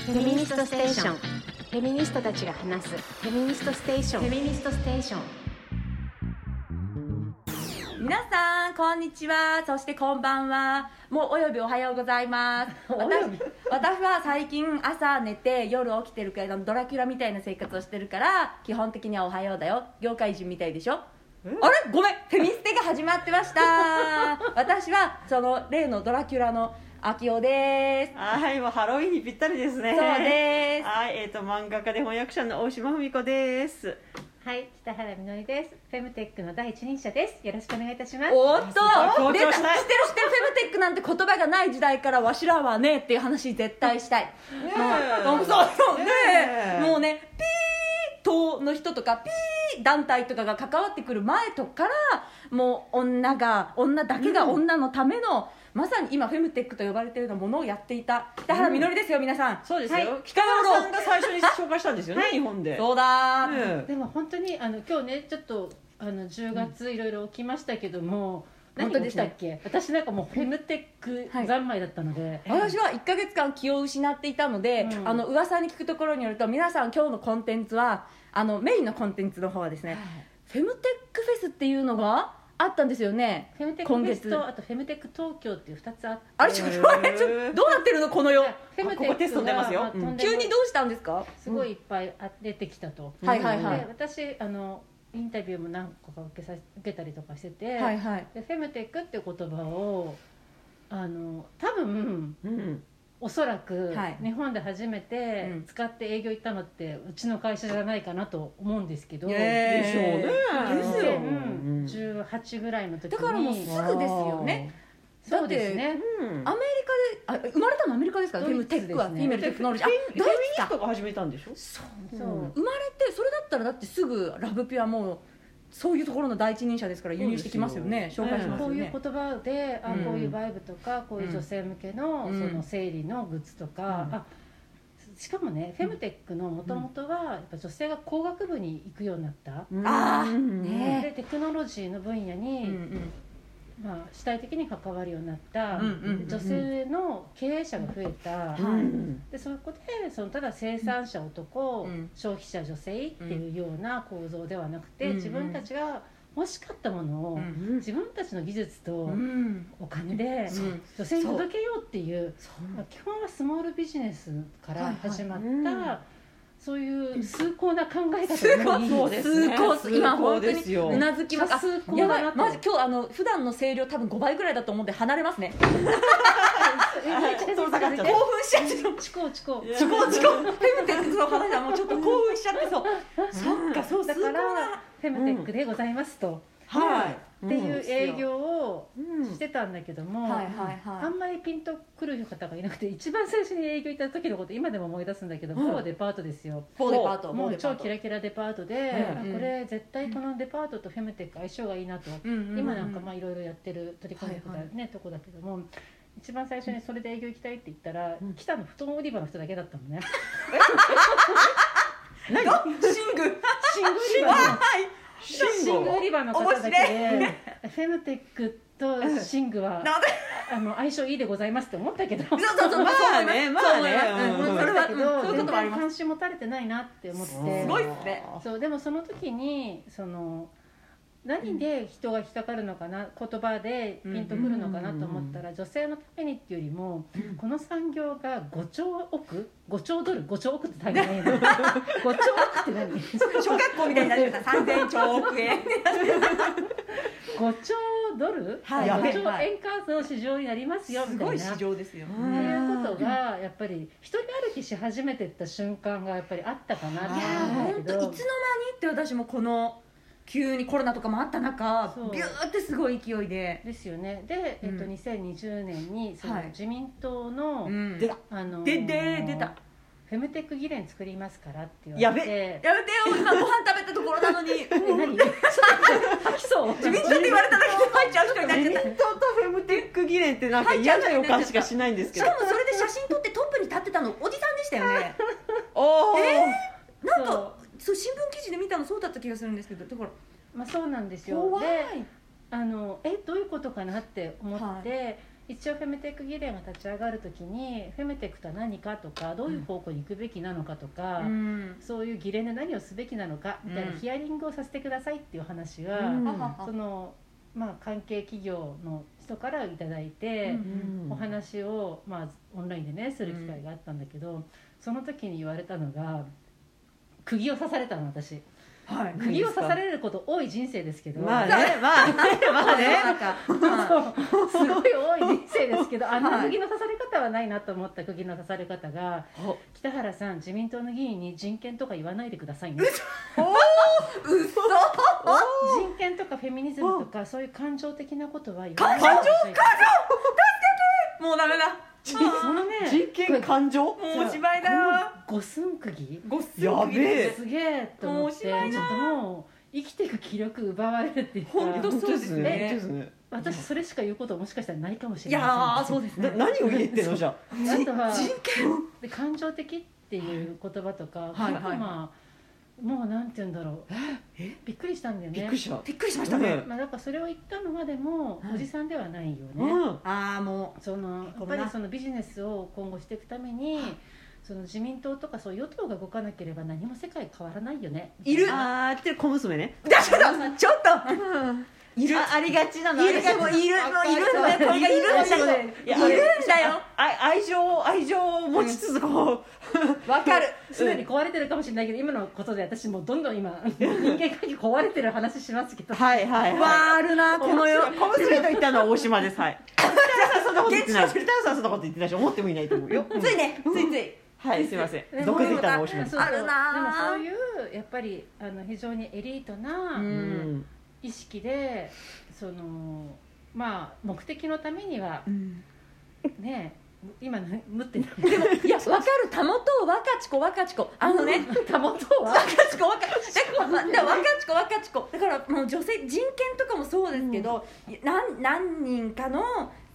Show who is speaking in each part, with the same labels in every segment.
Speaker 1: フェミニストステーション。フェミニストたちが話す。フェミニストステーション。フェミニストステーション。
Speaker 2: 皆さんこんにちはそしてこんばんはもうおよびおはようございます 私私は最近朝寝て夜起きてるくらいのドラキュラみたいな生活をしてるから基本的にはおはようだよ業界人みたいでしょあれごめんフェミステが始まってました 私はその例のドラキュラの秋代です
Speaker 3: はい、もうハロウィンにぴったりですね。
Speaker 2: そうです
Speaker 3: はい、えっ、と、漫画家で翻訳者の大島文子です。
Speaker 4: はい、北原みのりです。フェムテックの第一人者です。よろしくお願いいたします。
Speaker 2: おっと
Speaker 3: あ
Speaker 2: 出
Speaker 3: すご
Speaker 2: た知ってる知っ
Speaker 3: い
Speaker 2: てる
Speaker 3: 強調したい
Speaker 2: フェムテックなんて言葉がない時代からわしらはねっていう話絶対したい
Speaker 3: ね
Speaker 2: もうそうそうね
Speaker 3: ねえ
Speaker 2: もうねピー党の人とかピー団体とかが関わってくる前とかからもう女が女だけが女のための、まさに今フェムテックと呼ばれているようなものをやっていた北原みのりですよ皆さん、
Speaker 3: そうですよ。
Speaker 2: はい
Speaker 3: 北
Speaker 2: 北
Speaker 3: 川
Speaker 2: 川
Speaker 3: さ
Speaker 2: さ
Speaker 3: ん
Speaker 2: ん
Speaker 3: が最初に紹介したんですよね、日本で。
Speaker 2: そうだー、
Speaker 3: ね
Speaker 4: でも本当にあの今日ねちょっとあの10月いろいろ起きましたけども、
Speaker 2: 本
Speaker 4: 何
Speaker 2: 当
Speaker 4: が
Speaker 2: で
Speaker 4: 起
Speaker 2: し
Speaker 4: き
Speaker 2: た
Speaker 4: たっけ？私なんかもうフェムテック
Speaker 2: はい
Speaker 4: 三昧だったので、
Speaker 2: 私は1か月間気を失っていたので、
Speaker 4: うん
Speaker 2: あの噂に聞くところによると皆さん今日のコンテンツはあのメインのコンテンツの方はですね、フェムテックフェスっていうのがあったんですよね
Speaker 4: フェムテッ
Speaker 2: 今
Speaker 4: クフェ
Speaker 2: 月
Speaker 4: スとあとフェムテック東京っていう二つあって、
Speaker 2: あれちょっと待ってちょっとどうなってるのこの世
Speaker 4: フェムテ
Speaker 3: ここテ
Speaker 4: ッ
Speaker 3: スト
Speaker 4: ク
Speaker 3: 出ますよ
Speaker 4: があとんでも
Speaker 2: 急にどうしたんですか
Speaker 4: すごいいっぱいあ出てきたと。
Speaker 3: うん
Speaker 2: はいはいは
Speaker 4: で
Speaker 2: い、
Speaker 4: 私あのインタビューも何個か受けさ受けたりとかしてて、
Speaker 2: はいはい
Speaker 4: でフェムテックって言葉をあの多分
Speaker 3: うん。
Speaker 4: おそらく、
Speaker 2: はい
Speaker 4: 日本で初めて
Speaker 2: うん
Speaker 4: 使って営業行ったのってうちの会社じゃないかなと思うんですけど、
Speaker 2: ねえ
Speaker 3: でしょうね。
Speaker 2: ですよ
Speaker 4: 2018ぐらいの時に
Speaker 2: だからもうすぐですよね
Speaker 4: そうですね
Speaker 3: うん。
Speaker 2: あ
Speaker 3: あ、
Speaker 2: あ生まれたのアメリカですから
Speaker 4: ド
Speaker 2: フェ
Speaker 4: イ
Speaker 2: ム
Speaker 4: ツ
Speaker 2: テ
Speaker 4: ですね
Speaker 2: ックはフェムテクノロジーあ
Speaker 3: フェ
Speaker 2: ドイツか
Speaker 3: 人が始めたんでしょ。
Speaker 2: そう
Speaker 4: そう、
Speaker 3: うん
Speaker 2: 生まれてそれだったらだってすぐラブピュアもそういうところの第一人者ですから輸入してきますよね
Speaker 3: そう
Speaker 2: 紹
Speaker 3: で
Speaker 2: 介
Speaker 3: すよ
Speaker 2: しま
Speaker 4: こ
Speaker 2: すよ
Speaker 4: うい
Speaker 2: ね
Speaker 4: う言葉で、あ
Speaker 2: うん
Speaker 4: こういうバイブとかこういう女性向けの,、
Speaker 2: うん
Speaker 4: その生理のグッズとか、
Speaker 3: うん
Speaker 4: あしかもね、フェムテックのもともとはやっぱ女性が工学部に行くようになった、
Speaker 2: あー
Speaker 3: うん
Speaker 2: ね
Speaker 4: でテクノロジーの分野に、
Speaker 2: うん
Speaker 4: まあ、主体的に関わるようになった、
Speaker 2: うんうんうん
Speaker 4: 女性の経営者が増えた。
Speaker 3: うん
Speaker 4: でそこでそのただ生産者男、
Speaker 2: うん
Speaker 4: 消費者女性っていうような構造ではなくて、
Speaker 2: うん
Speaker 4: 自分たちが欲しかったものを、
Speaker 2: うん
Speaker 3: うん
Speaker 4: 自分たちの技術
Speaker 2: う
Speaker 4: と
Speaker 2: ん
Speaker 4: お金で
Speaker 2: そう
Speaker 4: 女性に届けようっていう
Speaker 2: そう
Speaker 4: まあ基本はスモールビジネスから始まった、
Speaker 3: はいはいうん
Speaker 4: そういう崇高な考え方
Speaker 2: すご
Speaker 4: に
Speaker 2: い
Speaker 3: そうですね
Speaker 2: すごい今本当
Speaker 3: ですよ
Speaker 2: にうなずきますあ
Speaker 4: すごい
Speaker 2: や
Speaker 4: なと
Speaker 2: ばいマジ今日あの普段の声量多分5倍ぐらいだと思うんで離れますね
Speaker 3: 遠ざかっち ゃっ
Speaker 2: 興奮しちゃってそう
Speaker 4: チコチコ
Speaker 3: いや
Speaker 2: ちょこちこフェムテックの話はもうちょっと興奮しちゃってそうそっかそう
Speaker 4: だ
Speaker 2: だ
Speaker 4: か
Speaker 2: から
Speaker 4: らフェムテックでございますと、
Speaker 3: はい。
Speaker 4: っていう営
Speaker 3: を
Speaker 4: 業を
Speaker 3: し。
Speaker 4: しててたんだけども、
Speaker 2: はいはい
Speaker 4: あ
Speaker 2: は
Speaker 4: んまりピンとくる方がいなくて一番最初に営業行った時のこと今でも思い出すんだけど、
Speaker 3: はい
Speaker 4: 某デパートですよ
Speaker 2: い某デパート
Speaker 4: も
Speaker 2: 某
Speaker 4: う
Speaker 2: デパ
Speaker 4: 超
Speaker 2: ート
Speaker 4: キラキラデパートで、
Speaker 3: うん
Speaker 4: あこれ絶対このデパートとフェムテック相性がいいなと、今なんかまあいろいろやってる取り組みとかね、
Speaker 2: はい
Speaker 4: とこだけども一番最初にそれで営業行きたいって言ったら、
Speaker 3: うん
Speaker 4: 来たの布団売り場の人だけだったのね
Speaker 3: 何？
Speaker 2: シング
Speaker 4: シング売り場のシング売り場の方だけで、フェムテックとシングは、
Speaker 2: なんで
Speaker 4: あの相性いいでございますって思ったけど
Speaker 2: そうそうそう
Speaker 3: まあねま
Speaker 2: そう
Speaker 3: あね
Speaker 2: 思いますそう思いますうんそれ
Speaker 4: だ
Speaker 2: は
Speaker 4: け
Speaker 2: う
Speaker 4: ど
Speaker 2: んそういうこともありま
Speaker 4: 全然
Speaker 2: す
Speaker 4: 関心持たれてないなって思って
Speaker 3: す
Speaker 2: ごいっすね
Speaker 4: そうでもその時にその何で人が引っかかるのかな言葉でピンとくるのかなと思ったら女性のためにっていうよりも
Speaker 3: うん
Speaker 4: この産業が5兆億5兆ドル5兆億って大 変5兆億って何
Speaker 2: 小学校みたいになってた3000兆億円
Speaker 4: 5兆ドル、
Speaker 2: はい
Speaker 4: 5兆
Speaker 2: はい
Speaker 4: 円カードの市場になりますよ
Speaker 2: す
Speaker 4: みた
Speaker 2: ご
Speaker 4: い
Speaker 2: い
Speaker 4: な
Speaker 2: 市場ですよ
Speaker 3: う
Speaker 4: っ
Speaker 3: ん
Speaker 4: ていうことがやっぱり一人歩きし始めてった瞬間がやっぱりあったかなっ
Speaker 2: い
Speaker 4: て
Speaker 2: や
Speaker 4: 思
Speaker 2: ー
Speaker 4: う
Speaker 2: 本
Speaker 4: ん
Speaker 2: 当
Speaker 4: だけ
Speaker 2: いつの
Speaker 4: ど
Speaker 2: 間にって私もこの急にコロナとかもあった中
Speaker 4: そう
Speaker 2: ビューってすごい勢いで、
Speaker 4: ですよねで、えっと、
Speaker 2: うん
Speaker 4: 2020年にその
Speaker 2: はい
Speaker 4: 自民党の、
Speaker 2: うん
Speaker 3: で
Speaker 4: あのー
Speaker 2: でで出た
Speaker 4: フェムテック議連作りますからって言われて
Speaker 2: やめてよ今ご飯食べたところな のに
Speaker 4: え何吐きそう
Speaker 2: 自民党って言われただけで入っちゃう人になっちゃった
Speaker 3: 人とフェムテック議連ってなんか嫌な予感しかしないんですけ
Speaker 2: し
Speaker 3: ど
Speaker 2: か。もそれで写真撮ってトップに立ってたのおじさんでしたよね
Speaker 3: おお。
Speaker 2: なん
Speaker 4: そ
Speaker 2: かそう新聞記事で見たのそうだった気がするんですけどだから
Speaker 4: うまあそうなんですよ
Speaker 2: 怖い
Speaker 4: であのえどういうことかなって思って、一応フェムテック議連が立ち上がる時にフェムテックとは何かとかどういう方向に行くべきなのかとか、
Speaker 2: うん
Speaker 4: そういう議連で何をすべきなのかみたいな
Speaker 3: うん
Speaker 4: ヒアリングをさせてくださいっていう話は、
Speaker 3: うん
Speaker 2: あはは
Speaker 4: そのまあ関係企業の人からいただいて。
Speaker 2: うん
Speaker 4: お話を、まあ、オンラインでねする機会があったんだけど、その時に言われたのが釘を刺されたの私
Speaker 2: はい
Speaker 3: 何
Speaker 4: 釘
Speaker 3: で
Speaker 4: を
Speaker 3: すか
Speaker 4: 刺されること多い人世ですけど、
Speaker 3: まあねまあねまあね
Speaker 2: なんか、まあ
Speaker 4: そうすごい多い人生です けどあんな釘の刺され方はないなと思った釘の刺され方が
Speaker 3: お
Speaker 4: 「北原さん自民党の議員に人権とか言わないでくださいね」
Speaker 2: 嘘
Speaker 4: 人権とかフェミニズムとかそういう感情的なことは言わないで
Speaker 3: 感
Speaker 4: くださいね
Speaker 2: もうダメだ
Speaker 3: 人
Speaker 4: そのね
Speaker 3: 人権感情
Speaker 2: もうおしまいだよ
Speaker 4: 五寸釘
Speaker 2: ごっすん
Speaker 3: や
Speaker 2: 食い入れ
Speaker 3: べ
Speaker 2: て
Speaker 3: え
Speaker 4: すげえと思っ
Speaker 2: もうおしま
Speaker 4: て
Speaker 2: い
Speaker 4: ち
Speaker 2: だ
Speaker 4: ょっともう生きていく気力奪われるっていう
Speaker 2: ほん
Speaker 4: か
Speaker 2: とそうですね
Speaker 3: 本当ですね
Speaker 4: 私それしか言うこともしかしたらないかもし
Speaker 2: い
Speaker 4: れ
Speaker 2: や
Speaker 4: な
Speaker 2: ーそうです
Speaker 3: 本当ですね
Speaker 2: ね
Speaker 3: な何を言ってんのじゃ
Speaker 4: いですねあとは
Speaker 2: 人権
Speaker 4: で感情的っていう言葉とか、
Speaker 2: はい
Speaker 4: 結構まあもうなんて言うんだろう
Speaker 3: え
Speaker 4: びっくりしたんだよ
Speaker 3: びっ
Speaker 4: ね
Speaker 3: くりした
Speaker 2: びっくりしましたね
Speaker 4: まあ、だからそれを言ったのはでも、
Speaker 3: はい
Speaker 4: おじさんではないよね、
Speaker 3: うん
Speaker 2: ああも
Speaker 4: そのや
Speaker 2: ご
Speaker 4: っぱ
Speaker 2: めんな
Speaker 4: りそのビジネスを今後していくために、その自民党とかそう与党が動かなければ何も世界変わらないよね
Speaker 3: いる
Speaker 4: あ
Speaker 3: あーって小娘ね
Speaker 2: うだちょっとちょっといるあありがちなのいる
Speaker 3: ありが
Speaker 2: い
Speaker 3: ち
Speaker 2: るもういるんだよこれがいるんだよ
Speaker 3: いや
Speaker 2: いるんだよ
Speaker 3: あ愛情を愛情を持ちつつこ
Speaker 2: わかる
Speaker 4: すでに壊れてるかもしれないけど今のことで私もうどんどん今人間関係壊れてる話しますけ
Speaker 3: う
Speaker 4: ど
Speaker 3: はいはい
Speaker 2: わ
Speaker 3: は
Speaker 2: ーあるないこの世
Speaker 3: 小娘と言ったのは大島ですはい北原さんそんなこと言ってない北原さんそんなこと言ってないし思ってもいないと思うよ
Speaker 2: ついねついつい
Speaker 3: はいすいませ
Speaker 4: で
Speaker 3: ん 毒づいたのは
Speaker 4: そ
Speaker 3: 大島
Speaker 4: う
Speaker 3: です
Speaker 4: そう
Speaker 2: あるな
Speaker 4: でもそういうやっぱりあの非常にエリート
Speaker 3: う
Speaker 4: なん意識で、そのまあ目的のためにはね今な無ってない
Speaker 2: でもいやわかるたもと若ち子若ち子あのね
Speaker 4: たもとは
Speaker 2: 若ち子若ち子だから若ち子若ち子だからもう女性人権とかもそうですけど、なん、何人かの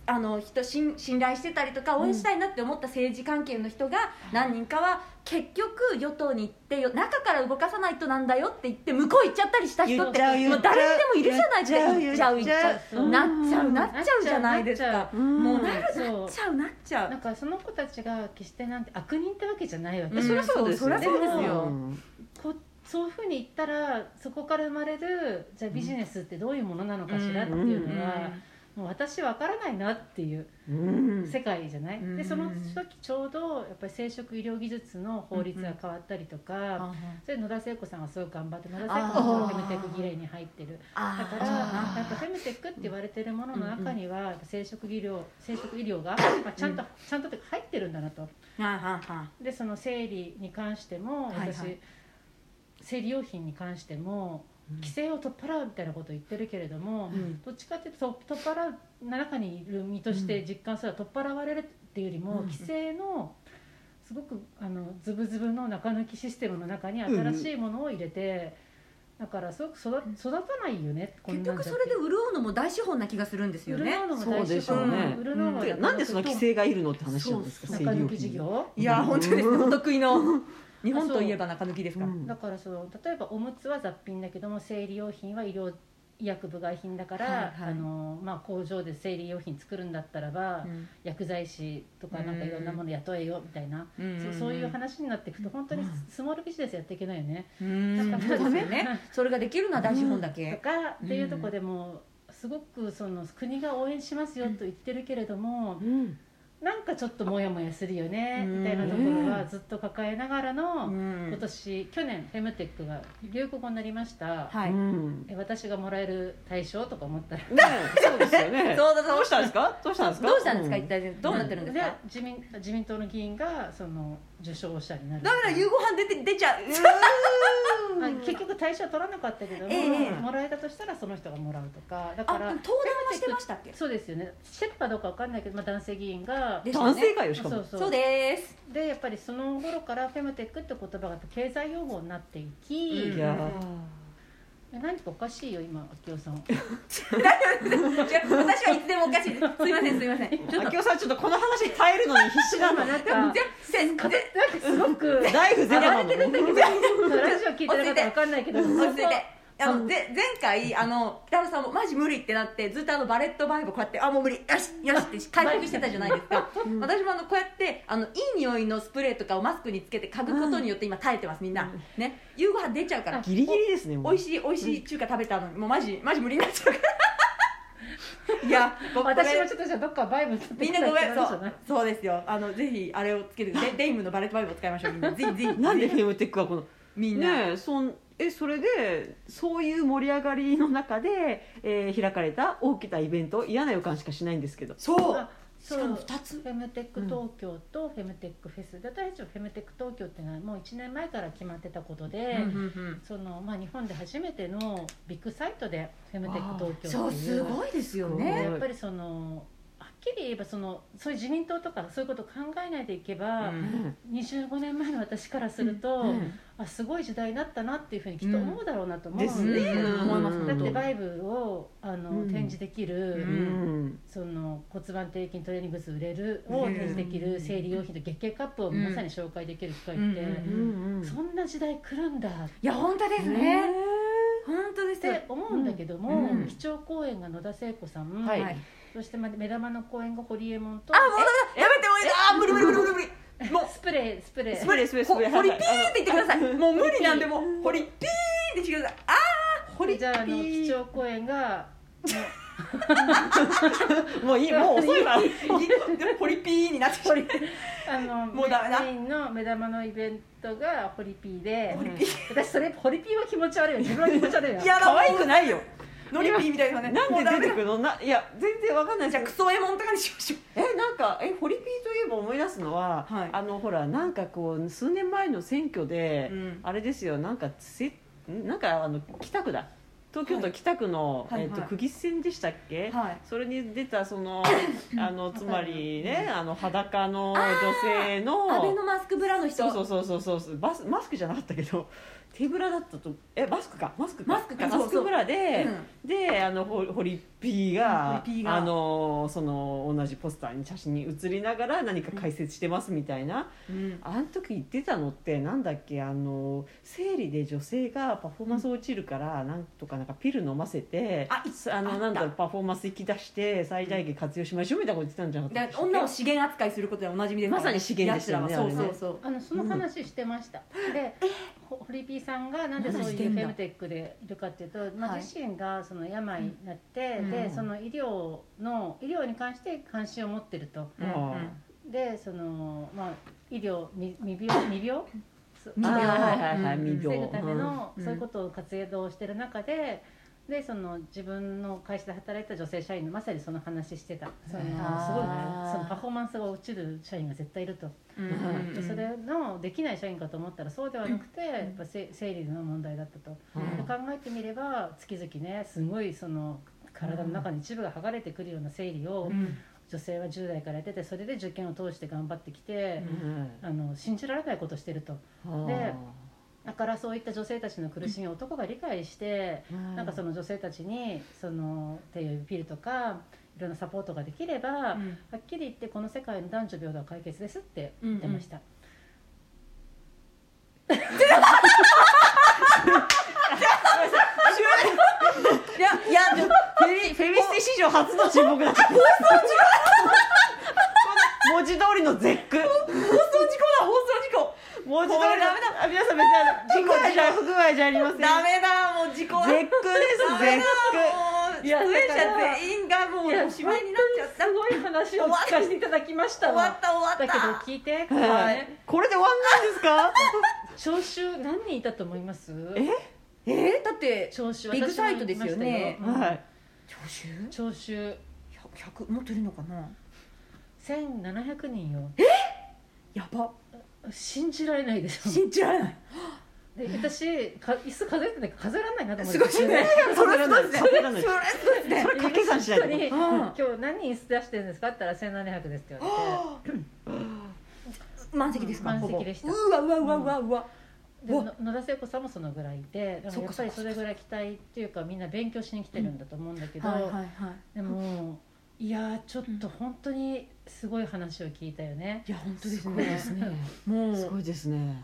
Speaker 2: あの人信信頼してたりとか応援したいなって思った政治関係の人が何人かは結局与党に行ってよ中から動かさないとなんだよって言って向こう行っちゃったりした人って
Speaker 3: 言っちゃう言
Speaker 2: も
Speaker 3: っ
Speaker 2: う
Speaker 3: ちゃう
Speaker 2: 誰にでもいるじゃないですか
Speaker 3: 言
Speaker 2: 行っ
Speaker 3: っち
Speaker 2: ち
Speaker 3: ゃ
Speaker 2: ゃ
Speaker 3: う
Speaker 2: う
Speaker 3: 言
Speaker 2: 行っち
Speaker 3: っちゃ
Speaker 2: ゃ
Speaker 3: う
Speaker 4: う
Speaker 2: うんなっちゃうなっちゃうじゃないです
Speaker 4: なっちゃうなっ
Speaker 2: か
Speaker 4: ち
Speaker 3: ん
Speaker 2: もうなるな
Speaker 4: そう
Speaker 2: っちゃうなっちゃ
Speaker 4: なん
Speaker 2: う
Speaker 4: かその子たちが決してなんて悪人ってわけじゃないわけ、
Speaker 2: うん
Speaker 3: そりゃそうです
Speaker 2: そり
Speaker 3: よ
Speaker 2: ゃそうですよ
Speaker 3: ん
Speaker 4: こそういうふうに言ったらそこから生まれるじゃあビジネスってどういうものなのかしらっていうのは、もう私わからないなっていう
Speaker 3: うん
Speaker 4: 世界じゃない、
Speaker 2: うん
Speaker 4: でその時ちょうどやっぱり生殖医療技術の法律が変わったりとか、それで野田聖子さんがすごく頑張って野田聖子さんもフェムテック議連に入ってるだ
Speaker 2: あ
Speaker 4: から
Speaker 2: あ
Speaker 4: やっぱフェムテックって言われてるものの中には、やっぱ生殖医療生殖医 療が、まあ、ちゃんと、ちゃんとっていうか入ってるんだなと
Speaker 2: あああ
Speaker 4: でその生理に関しても
Speaker 2: はいはい
Speaker 4: 私、生理用品に関しても規制を取っ払うみたいなことを言ってるけれども、
Speaker 2: ん
Speaker 4: どっちかっていうと取っ払う中にいる身として実感するのは取っ払われるっていうよりも、
Speaker 2: うん
Speaker 4: 規制のすごくあのズブズブの中抜きシステムの中に新しいものを入れて、だからすごく育育たないよねこん
Speaker 2: 結
Speaker 4: なん
Speaker 2: 局
Speaker 4: じゃ
Speaker 2: それで潤うのも大資本な気がするんです
Speaker 4: 売
Speaker 2: よ
Speaker 4: る
Speaker 2: ね
Speaker 4: のが
Speaker 3: そうでしょうね
Speaker 4: 売るのが
Speaker 3: でなんでその規制がいるのって話なんですか
Speaker 4: 中抜き事業
Speaker 2: いや本当にですねお得意の日本といえば中抜きです
Speaker 3: う
Speaker 2: から、
Speaker 3: ん
Speaker 4: だからその例えばおむつは雑品だけども生理用品は医療医薬部外品だから、
Speaker 2: はいはい
Speaker 4: あのまあ、工場で生理用品作るんだったらば、薬剤師とかなんかいろんなもの雇えよみたいな、そうそういう話になっていくと本当にススモールビジネスやっていけないよね、
Speaker 2: うん
Speaker 4: だから
Speaker 2: ダメねそれができるのは大資本だ
Speaker 4: と
Speaker 2: け、
Speaker 4: かっていうところでもすごくその国が応援しますよと言ってるけれども、
Speaker 3: うん
Speaker 4: なんかちょっとモヤモヤするよね
Speaker 2: うん
Speaker 4: みたいなところはずっと抱えながらの、
Speaker 2: うん
Speaker 4: 今年去年フェムテックが流行語になりました、
Speaker 2: はい、
Speaker 3: うん
Speaker 4: え私がもらえる対象とか思ったら
Speaker 3: ね そうですよね
Speaker 2: そうだそうだ
Speaker 3: どうしたんですかどうしたんですか
Speaker 2: どうしたんですか一体どうなってるんですか、
Speaker 4: 自民自民党の議員がその受賞者になる
Speaker 2: だから夕ご飯出て出ちゃう
Speaker 4: あ結局対象は取らなかったけども、
Speaker 2: ええ
Speaker 4: もらえたとしたらその人がもらうとかだ
Speaker 2: あ
Speaker 4: か
Speaker 2: でも
Speaker 4: ら
Speaker 2: 登壇はしてましたっけ
Speaker 4: そうですよねしてるかどうかわかんないけど、まあ、男性議員が
Speaker 2: で
Speaker 3: 男性かよしか
Speaker 4: そ
Speaker 3: も
Speaker 4: うそう
Speaker 2: そうです
Speaker 4: でやっぱりその頃からフェムテックって言葉がやっぱ経済用語になっていき、
Speaker 2: うん
Speaker 3: いや
Speaker 4: 何かおかしいよ今明夫 さん
Speaker 2: いや私はいつでもおかしいですすいませんすいません
Speaker 3: ー明夫さんちょっとこの話に耐えるのに必死なの
Speaker 4: なん
Speaker 2: でも
Speaker 4: か
Speaker 2: じゃ 先生
Speaker 4: なんかすごく
Speaker 3: ライフゼロなの
Speaker 2: てるんだけど
Speaker 4: ラジオ聞いてなかったらわかんないけど
Speaker 2: 落ち着いてあのぜ前回あの北原さんもマジ無理ってなってずっとあのバレットバイブこうやってあもう無理よしよしって回復してたじゃないですか、
Speaker 1: ん
Speaker 2: 私もあのこうやってあのいい匂いのスプレーとかをマスクにつけて嗅ぐことによって今耐えてますみんな、ね夕ご飯出ちゃうから
Speaker 3: ギリギリですね
Speaker 2: お美味しい美味しい中華食べたのにもうマジマジ無理になっちゃうからいやごごめん
Speaker 4: 私もちょっとじゃあどっかバイブ
Speaker 2: みんなごめん
Speaker 4: そ
Speaker 2: そううそうですよあのぜひあれをつけてデデイムのバレットバイブを使いましょうみんなぜひぜひ
Speaker 3: なんで
Speaker 2: ぜ
Speaker 3: フ
Speaker 2: ひ
Speaker 3: ェムテックはこの
Speaker 2: みんな、
Speaker 3: ねえそんえそれでそういう盛り上がりの中で、えー開かれた大きなイベント嫌な予感しかしないんですけど
Speaker 2: そう
Speaker 4: あ
Speaker 2: しかも2つ
Speaker 4: フェムテック東京とフェムテックフェスで私たちはフェムテック東京っていうのはもう1年前から決まってたことで、
Speaker 2: うんうん
Speaker 4: そのまあ、日本で初めてのビッグサイトでフェムテック
Speaker 2: うん
Speaker 4: 東京っ
Speaker 2: そう
Speaker 4: ていう
Speaker 2: すごいですよね
Speaker 4: やっぱりそのはっきり言えばそのそういう自民党とかそういうことを考えないでいけば、
Speaker 3: うん
Speaker 4: 25年前の私からすると、あすごい時代になったなっていうふうにきっと思うだろうなと思うん
Speaker 3: ですね、
Speaker 2: うん思います
Speaker 4: だって
Speaker 3: ね
Speaker 4: バイブをあの、
Speaker 3: うん
Speaker 4: 展示できる、
Speaker 3: う
Speaker 2: うん
Speaker 3: ん
Speaker 4: その骨盤底筋トレーニンググッズ売れるを
Speaker 2: うん
Speaker 4: 展示できる生理用品と月経カップを皆さんに紹介できる機会って、
Speaker 2: うん
Speaker 3: うんうん
Speaker 4: そんな時代来るんだっ
Speaker 2: いや本当ですね本当ですよ
Speaker 4: て思うんだけども、
Speaker 3: うん
Speaker 4: 基調講演が野田聖子さん、
Speaker 3: はい
Speaker 2: はい
Speaker 4: そしてま目玉の講演が堀江門と
Speaker 2: あもうやめてもうあー無理無理無理無理無理もう
Speaker 4: スプレースプレー
Speaker 3: スプレースプレースプレー
Speaker 2: ほ堀ピーって言ってくださいもう無理なんでもう堀ピーって言ってくださいあ
Speaker 3: 堀
Speaker 4: じゃああの基
Speaker 3: ピー
Speaker 4: 調講演が
Speaker 3: もういいもう遅 いわ
Speaker 2: ーでも堀ピーになってしまう
Speaker 4: あの
Speaker 2: もうダメだ
Speaker 4: メインの目玉のイベントがホリピーで
Speaker 3: ホリ
Speaker 2: ピー
Speaker 4: 私それホリピーは気持ち悪いよ自分は気持ち悪いよ
Speaker 2: いや
Speaker 3: 可愛くないよ
Speaker 2: ノリピーみたいなねもう
Speaker 3: な
Speaker 2: ダ
Speaker 3: ん
Speaker 2: メ
Speaker 3: で出
Speaker 2: だ
Speaker 3: てくのないや全然わかんない
Speaker 2: じゃあクソエモンとかにしましょう
Speaker 3: えなんかえホリピーといえば思い出すのは、
Speaker 2: はい
Speaker 3: あのほらなんかこう数年前の選挙で、
Speaker 2: うん
Speaker 3: あれですよなんかせんなんかあの北区だ東京都北区の、
Speaker 2: はい
Speaker 3: えっ
Speaker 2: はい
Speaker 3: と
Speaker 2: はい
Speaker 3: 区議選でしたっけ、
Speaker 2: はい
Speaker 3: それに出たそのあのつまりねあの裸の女性の
Speaker 2: アベノマスクブラの人
Speaker 3: そうそうそうそうそうバスマスクじゃなかったけど手ぶらだったとえマスクかマスクか
Speaker 2: マスクか
Speaker 3: マ
Speaker 2: そう
Speaker 3: ス
Speaker 2: そう
Speaker 3: クぶらで、であのホホリピーが,、
Speaker 2: うんホリピーが
Speaker 3: あのその同じポスターに写真に写りながら何か解説してますみたいな、
Speaker 2: うん
Speaker 3: あの時言ってたのってなんだっけあの生理で女性がパフォーマンス落ちるから、なんとかなんかピル飲ませて
Speaker 2: あい
Speaker 3: あ
Speaker 2: あっ
Speaker 3: の
Speaker 2: た
Speaker 3: なんだろうパフォーマンス引き出して最大限活用しましょうみたいなこと言ってたんじゃなか
Speaker 2: だ
Speaker 3: った
Speaker 2: から女を資源扱いすることでおなじみですから
Speaker 3: まさに資源でしたよね
Speaker 2: 奴らはそう
Speaker 3: あれ
Speaker 2: そう
Speaker 4: あ
Speaker 2: そう
Speaker 3: ね
Speaker 4: のその話してました、でホホリピーさんがなんでそう
Speaker 2: まだ
Speaker 4: い
Speaker 2: し
Speaker 4: う
Speaker 2: て
Speaker 4: フ
Speaker 2: んだ
Speaker 4: ェムテックでいるかっていうと、まあ、
Speaker 2: はい
Speaker 4: 自身がその病になって、
Speaker 2: うん
Speaker 3: うん
Speaker 4: でその医療の医療に関して関心を持ってると
Speaker 2: うん
Speaker 3: あ
Speaker 2: うん
Speaker 4: でその、まあ、医療み未病未病そ
Speaker 3: あ
Speaker 2: 未病
Speaker 3: あはいはいはい、
Speaker 2: うん
Speaker 3: 未
Speaker 4: 防
Speaker 3: 病
Speaker 4: ぐための、
Speaker 2: うん
Speaker 4: そういうことを活動をしてる中ででその自分の会社で働いた女性社員のまさにその話してたそのすごい
Speaker 3: あー
Speaker 4: そのパフォーマンスが落ちる社員が絶対いると、
Speaker 2: うん
Speaker 3: ん
Speaker 4: でそれのできない社員かと思ったらそうではなくて、やっぱせ生理の問題だったと、
Speaker 3: うん
Speaker 4: で考えてみれば月々ねすごいその体の中の一部が剥がれてくるような生理を、
Speaker 2: うん
Speaker 4: 女性は10代からやっててそれで受験を通して頑張ってきて、
Speaker 3: うん
Speaker 4: あの信じられないことしてると。でだからそういった女性たちの苦しみを男が理解して、なんかその女性たちにそのっていうピルとかいろんなサポートができれば、はっきり言ってこの世界の男女平等は解決ですって言ってました、
Speaker 2: いやいやでも
Speaker 3: フェミフェミステ史上初の沈黙だった文字通りの絶句
Speaker 2: 放送事故だ放送
Speaker 3: 文字通りの
Speaker 2: これダメ
Speaker 3: あ皆さん別にあの事故じゃ不具合じゃありませ
Speaker 2: 事
Speaker 3: ん
Speaker 2: 故ダメだもう事故
Speaker 3: 絶句です
Speaker 2: ダメ
Speaker 3: 絶
Speaker 2: だもう
Speaker 4: い
Speaker 2: 出
Speaker 4: や
Speaker 2: 演
Speaker 4: だ
Speaker 2: 者
Speaker 4: から
Speaker 2: 全員がも
Speaker 4: いうや
Speaker 2: おしまいになっちゃった
Speaker 4: すごい話を聞かせていただきました
Speaker 2: 終
Speaker 4: わ
Speaker 2: わった終
Speaker 4: だけど
Speaker 2: わった
Speaker 4: 聞いて、
Speaker 3: 句は
Speaker 4: はいい、
Speaker 3: これで終わんないんですか
Speaker 4: 聴衆何人いたと思います
Speaker 2: えーだって
Speaker 4: 聴衆
Speaker 2: ビッグサイトですよね
Speaker 4: 私も行きましたよ
Speaker 3: はい
Speaker 2: 聴衆
Speaker 4: うん聴衆
Speaker 2: 100 100持ってるのかな
Speaker 4: 1700人よ
Speaker 2: やば
Speaker 4: 信じられないでしょ
Speaker 2: 信じられない
Speaker 4: で私か椅子数えてないから数えられないなと思っ
Speaker 2: す
Speaker 4: て
Speaker 2: ごいですねそれすごいですね
Speaker 3: 数えられない
Speaker 2: それすごいですね
Speaker 3: それ掛け算しないと
Speaker 4: 人に
Speaker 2: うん
Speaker 4: 今日何人椅子出してるんですかって言ったら1700ですって言わ
Speaker 2: 満席ですか
Speaker 4: 満
Speaker 2: ほ
Speaker 4: 席
Speaker 2: ぼ
Speaker 4: でした
Speaker 2: うわうわうわうわうわ
Speaker 4: れてで
Speaker 2: うわ
Speaker 4: の野田聖子さんもそのぐらいでだから
Speaker 2: そっ
Speaker 4: や
Speaker 2: か
Speaker 4: っぱ
Speaker 2: そっ
Speaker 4: り
Speaker 2: か
Speaker 4: そ
Speaker 2: そっか
Speaker 4: れぐらい期待っていうかみんな勉強しに来てるんだと思うんだけど、
Speaker 2: はいはいはい
Speaker 4: でもいやーちょっと本当にすごい話を聞いたよね
Speaker 2: いや本当です
Speaker 3: すごいです
Speaker 2: ね
Speaker 3: ね
Speaker 2: も
Speaker 3: す
Speaker 2: う
Speaker 3: ごいですね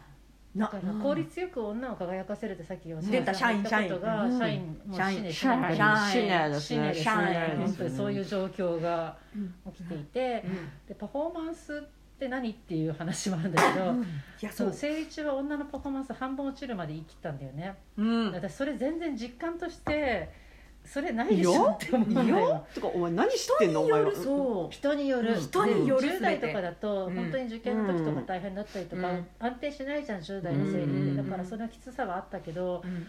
Speaker 2: な
Speaker 4: だから効率よく女を輝かせるってさっきおっしゃ
Speaker 3: 出
Speaker 4: ったた
Speaker 2: 社員
Speaker 4: 社員ことが
Speaker 3: 社
Speaker 4: 社
Speaker 3: 員
Speaker 4: 員もう
Speaker 2: 社員
Speaker 4: 死ね
Speaker 3: シャ
Speaker 4: 死
Speaker 3: イ
Speaker 4: ね
Speaker 2: シャイ
Speaker 4: シネですね
Speaker 2: シャイ
Speaker 4: 本当にそういうう状況が
Speaker 2: うん
Speaker 4: 起きていて、でパフォーマンスって何っていう話もあるんだけど、
Speaker 2: いや
Speaker 4: そ
Speaker 2: そう
Speaker 4: の生理中は女のパフォーマンス半分落ちるまで言い切ったんだよね、
Speaker 2: うん
Speaker 4: 私それ全然実感としてそれないでしょって思うんだ
Speaker 3: いい
Speaker 4: よ
Speaker 3: よとかお前何してんのお前は
Speaker 2: そ
Speaker 4: 人による
Speaker 2: 人による
Speaker 4: で
Speaker 2: 全て
Speaker 4: 10代とかだと
Speaker 2: うん
Speaker 4: 本当に受験の時とか大変だったりとか、
Speaker 2: うん
Speaker 4: 安定しないじゃん10代の生理で、
Speaker 3: うん
Speaker 4: だからそのきつさはあったけど、
Speaker 2: う、うん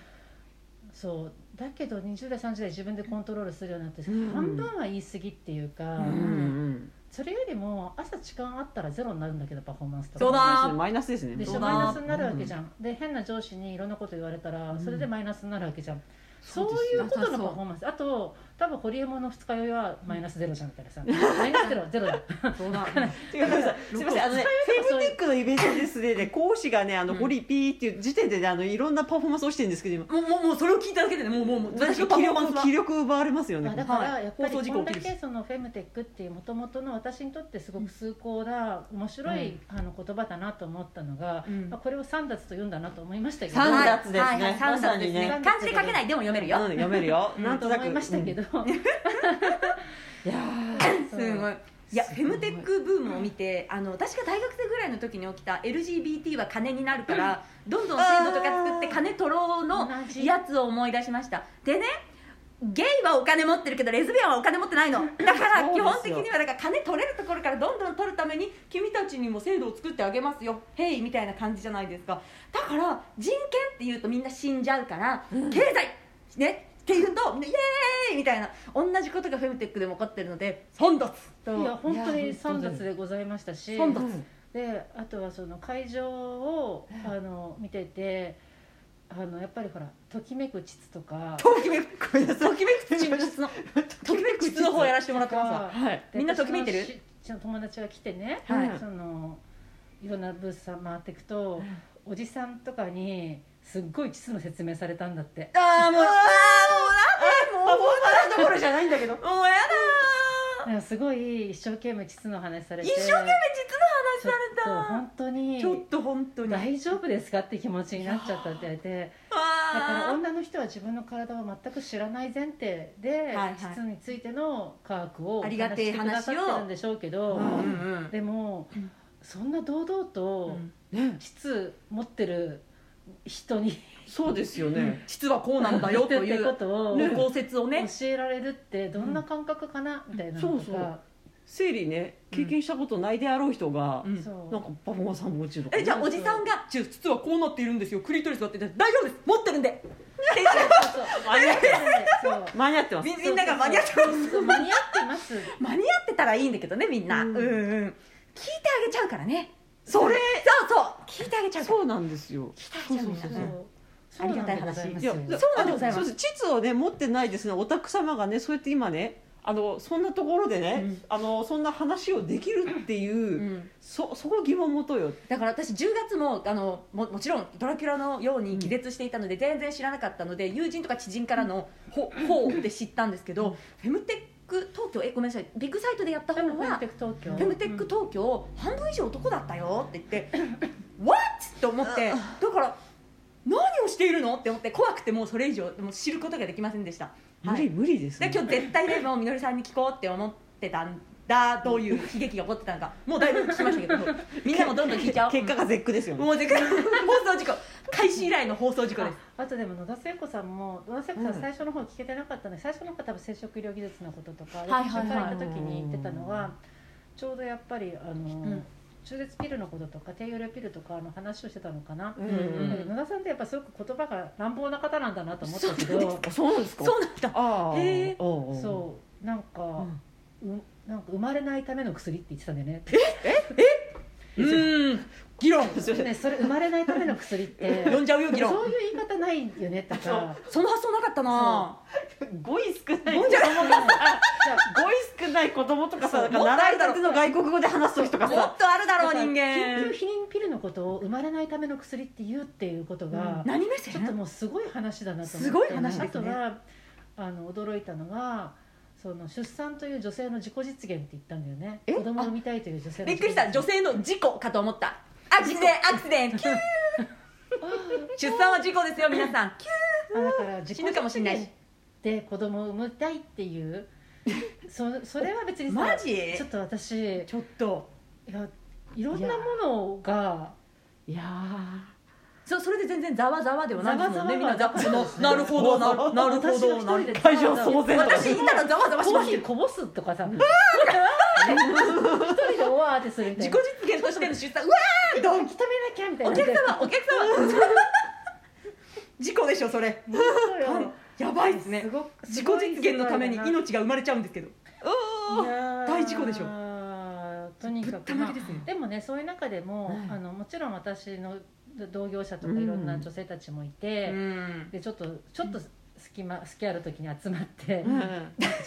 Speaker 4: そうだけど20代30代自分でコントロールするようになって、
Speaker 3: うん
Speaker 4: 半分は言い過ぎっていうか、
Speaker 3: うんうん
Speaker 4: それよりも朝時間あったらゼロになるんだけどパフォーマンスとか
Speaker 2: そうだ
Speaker 3: うんマイナスですね
Speaker 4: でし
Speaker 2: そ
Speaker 4: ょ
Speaker 2: う
Speaker 4: マ
Speaker 2: だ
Speaker 4: イナスになるわけじゃん、で変な上司にいろんなこと言われたら、
Speaker 3: うん
Speaker 4: それでマイナスになるわけじゃんそう
Speaker 3: です
Speaker 4: い
Speaker 3: よ
Speaker 4: うことのパフォーマンスあと多分堀江門の二日酔いはマイナスゼロじゃんみたいなさ、マイナスゼロゼロだ
Speaker 2: そうだ
Speaker 3: ていうかさすみませんあのねフェムテックのイベントですねで講師がねあの
Speaker 2: うん
Speaker 3: ホリピーっていう時点でねあのいろんなパフォーマンスをしてるんですけど今
Speaker 2: もうもうもうそれを聞いただけでねもうもうもう私のパフ
Speaker 3: 気
Speaker 2: ォーマンス
Speaker 3: 力
Speaker 2: は
Speaker 3: 気力奪われますよね
Speaker 4: あだから
Speaker 2: はい
Speaker 4: やっぱり
Speaker 3: 放送事故
Speaker 4: こんだ
Speaker 3: 起きる
Speaker 4: けそのフェムテックっていうもともとの私にとってすごく崇高な面白い、あの言葉だなと思ったのが、
Speaker 2: うん
Speaker 4: まあ、これを三脱と言うんだなと思いましたけど
Speaker 3: 三
Speaker 4: はい
Speaker 3: 脱ですね
Speaker 2: はいはいはい
Speaker 3: ま
Speaker 2: 三
Speaker 3: さ
Speaker 2: 冊で
Speaker 3: に
Speaker 2: す
Speaker 3: ね
Speaker 2: ね漢字で書けないでも読めるよ、
Speaker 3: うん読めるよ
Speaker 2: うん
Speaker 3: なん
Speaker 4: と
Speaker 3: となく
Speaker 4: 思いましたけど、
Speaker 3: うんいや
Speaker 4: そ
Speaker 2: す
Speaker 4: う
Speaker 2: ごいいや
Speaker 3: すご
Speaker 2: フ
Speaker 3: い
Speaker 2: ェムテックブームを見てあの私が大学生ぐらいの時に起きた LGBT は金になるから、どんどん制度とか作って金取ろうの
Speaker 4: 同じ
Speaker 2: やつを思い出しましたでねゲイはお金持ってるけどレズビアンはお金持ってないのだから
Speaker 3: そうです
Speaker 2: 基
Speaker 3: よ
Speaker 2: 本的にはだから金取れるところからどんどん取るために君たちにも制度を作ってあげますよヘイみたいな感じじゃないですかだから人権っていうとみんな死んじゃうから、経済ねっていうとみんなイエーイみたいな同じことがフェムテックでも起こってるので損 だ
Speaker 4: いや本当
Speaker 3: いや
Speaker 4: に
Speaker 3: 本
Speaker 4: 三
Speaker 3: 当に
Speaker 4: 脱でございましたし
Speaker 2: 三脱
Speaker 4: であとはその会場をあの見ててあのやっぱりほらときめく膣とか
Speaker 3: ときめくごめんなさい
Speaker 2: ときめく口の質のときめく質の方やらせてもらってますわ
Speaker 3: はい
Speaker 4: で
Speaker 2: みんなときめいてる
Speaker 4: 私のしうちの友達が来てね、
Speaker 3: はい
Speaker 4: そのいろんなブースさん回っていくと、おじさんとかにすっごい地図の説明されたんだって
Speaker 2: ああもうああもうなんでもう
Speaker 3: あどころじゃないんだけど
Speaker 2: もうや
Speaker 4: だ
Speaker 2: だ
Speaker 4: からすごい一生懸命地図の話されて
Speaker 2: 一生懸命実の
Speaker 4: ちょっと
Speaker 2: 話さ
Speaker 4: 本当に
Speaker 2: れたちょっと本当にあ
Speaker 4: 大丈夫ですかって気持ちになっちゃったって言われてだから
Speaker 2: あ
Speaker 4: 女の人は自分の体を全く知らない前提で、
Speaker 2: はいはい
Speaker 4: 地図についての科学をお
Speaker 2: あ
Speaker 4: 話
Speaker 2: りがて
Speaker 4: し
Speaker 2: え
Speaker 4: てくださってるんでしょうけど、
Speaker 3: 話を
Speaker 2: うんうん
Speaker 4: でも、
Speaker 2: うん
Speaker 4: そんな堂々
Speaker 2: う
Speaker 4: と
Speaker 2: ん
Speaker 3: ね
Speaker 4: 地図持ってる人に
Speaker 3: そうですよね
Speaker 2: 実はこうなんだよと
Speaker 4: 言って
Speaker 2: い
Speaker 4: ってこ
Speaker 2: う
Speaker 4: とを
Speaker 2: ね考説をね
Speaker 4: 教えられるってどんな感覚かな、みたいなのとか
Speaker 3: 生理ね経験したことないであろう人が
Speaker 2: うん
Speaker 4: そう
Speaker 3: なんかパフォーマンスも落ちるとか
Speaker 2: えじゃあおじさんが「ちょ実はこうなっているんですよクリトリスだって大丈夫です持ってるんで」って言って
Speaker 4: そう
Speaker 3: 間に合って
Speaker 4: そうそう
Speaker 3: 間に合ってます
Speaker 2: みみんなが間に合ってます
Speaker 4: そう間に合ってます
Speaker 2: 間に合ってたらいいんだけどねみんな、
Speaker 3: う
Speaker 2: うんん、うん聞いてあげちゃうからね
Speaker 3: それ
Speaker 2: そうそう聞いてあげちゃうから
Speaker 3: そうなんですよ
Speaker 2: 聞いてあげちゃう
Speaker 3: そう
Speaker 2: か
Speaker 3: そ
Speaker 2: ら
Speaker 3: う
Speaker 2: うん
Speaker 4: そうそうなんでございます
Speaker 3: いや
Speaker 4: よ
Speaker 3: そう
Speaker 2: なんでございます
Speaker 3: あのそうです地図をね持ってないですねお宅様がねそうやって今ねあのそんなところでね、
Speaker 2: うん
Speaker 3: あのそんな話をできるっていう、
Speaker 2: うん
Speaker 3: そそこ疑問持とうよ
Speaker 2: だから私10月もあのももちろんドラキュラのように気絶していたので全然知らなかったので友人とか知人からの「ほ」ほうって知ったんですけど、フェムテック東京えごめんなさいビッグサイトでやった
Speaker 4: 多
Speaker 2: 方
Speaker 4: 分フェム
Speaker 2: は
Speaker 4: テック東京
Speaker 2: フェムテック東京半分以上男だったよって言って 「What?」と思ってだから何をしているのって思って怖くてもうそれ以上もう知ることができませんでした、
Speaker 3: 無
Speaker 2: は
Speaker 3: 理、
Speaker 2: い、
Speaker 3: 無理です、
Speaker 2: で
Speaker 3: ね、
Speaker 2: 今日絶対でもうみのりさんに聞こうって思ってたんだどういう悲劇が起こってたのかもうだいぶ聞きましたけ どみんなもどんどん聞いちゃおう
Speaker 3: 結果が絶句ですよね、
Speaker 2: もうでかい放送事故開始以来の放送事故です
Speaker 4: ああとでも野田聖子さんも野田聖子さん
Speaker 3: うん
Speaker 4: 最初の方聞けてなかったので、最初の方多分生殖医療技術のこととか会
Speaker 2: いはいはい
Speaker 4: 行った時に言ってたのはちょうどやっぱりあの、
Speaker 2: ん
Speaker 4: 中絶ピルのこととか低用量ピルとかの話をしてたのかな、
Speaker 3: うん
Speaker 2: うん
Speaker 4: 野田さんってやっぱすごく言葉が乱暴な方なんだなと思ったけ
Speaker 2: そうなん
Speaker 4: ど
Speaker 3: あ そうなんですか
Speaker 2: そうなんだ
Speaker 3: ああ
Speaker 2: へえ
Speaker 3: おうおう
Speaker 4: そうなんか、
Speaker 3: ん
Speaker 4: うなんか生まれないための薬って言ってたんだよね
Speaker 2: うーん議論
Speaker 3: すいません
Speaker 4: ねそれ生まれないための薬って
Speaker 2: 呼んじゃうよ議論
Speaker 4: そういう言い方ないよねとか
Speaker 2: その発想なかったな
Speaker 3: 語彙少ない
Speaker 2: 語彙じゃない
Speaker 3: 子供とか語彙少ない子供とかさ
Speaker 2: そ
Speaker 3: な
Speaker 2: うん
Speaker 3: か習いたての外国語で話す時とか
Speaker 2: も
Speaker 3: さ
Speaker 2: っとあるだろう人
Speaker 4: 緊急
Speaker 2: 間
Speaker 4: 避妊ピルのことを生まれないための薬って言うっていうことが、
Speaker 2: 何目
Speaker 4: ちょっと
Speaker 2: 線
Speaker 4: もうすごい話だなと思って
Speaker 2: すごい話
Speaker 4: あ
Speaker 2: です
Speaker 4: と
Speaker 2: ね
Speaker 4: はあの驚いたのがその出産という女性の自己実現って言ったんだよね
Speaker 2: え
Speaker 4: 子供を産みたいという女性の
Speaker 2: びっくりした女
Speaker 4: 自己
Speaker 2: 性の事故かと思ったアクシデンアクシデンキュー出産は事故ですよ皆 さんキ
Speaker 4: あだから自己
Speaker 2: 死ぬかもしれないし
Speaker 4: で子供を産みたいっていうそそれは別
Speaker 2: ュ
Speaker 4: に
Speaker 2: ー
Speaker 4: さ
Speaker 2: マジ
Speaker 4: ちょっと私い
Speaker 2: ちょっと
Speaker 4: やいろんなものが
Speaker 3: いやー
Speaker 2: そそれで全然ざわざわではないですもんねみんなざわ
Speaker 4: ざわざわですね
Speaker 2: ななるほどなるなるほ
Speaker 4: 私が
Speaker 2: ど
Speaker 4: 一
Speaker 2: な
Speaker 4: 人
Speaker 2: る
Speaker 4: で
Speaker 3: 会場騒然とか
Speaker 2: 私いたらざわざわし
Speaker 4: コ
Speaker 2: ま
Speaker 4: ー
Speaker 2: す
Speaker 4: ヒ
Speaker 2: よ
Speaker 4: ーこぼすとか さ一人でうわーってするみたい
Speaker 2: 自己
Speaker 4: な
Speaker 2: 実現としての出産うわードン
Speaker 4: き止めなきゃみたい
Speaker 2: お
Speaker 4: な
Speaker 2: 客様お客様事故でしょそれ
Speaker 4: そうよ
Speaker 2: やばいですね
Speaker 4: すごく
Speaker 2: 自己実現のために命が生まれちゃうんですけど大事故でしょ
Speaker 4: とにかくまあ
Speaker 2: すね
Speaker 4: でもねそういう中でも、
Speaker 3: はい
Speaker 4: あのもちろん私の同業者とか
Speaker 3: うん
Speaker 4: いろんな女性たちもいて、
Speaker 2: うん
Speaker 4: でちょっとちょっと隙間隙ある時に集まって、
Speaker 3: うん
Speaker 4: ち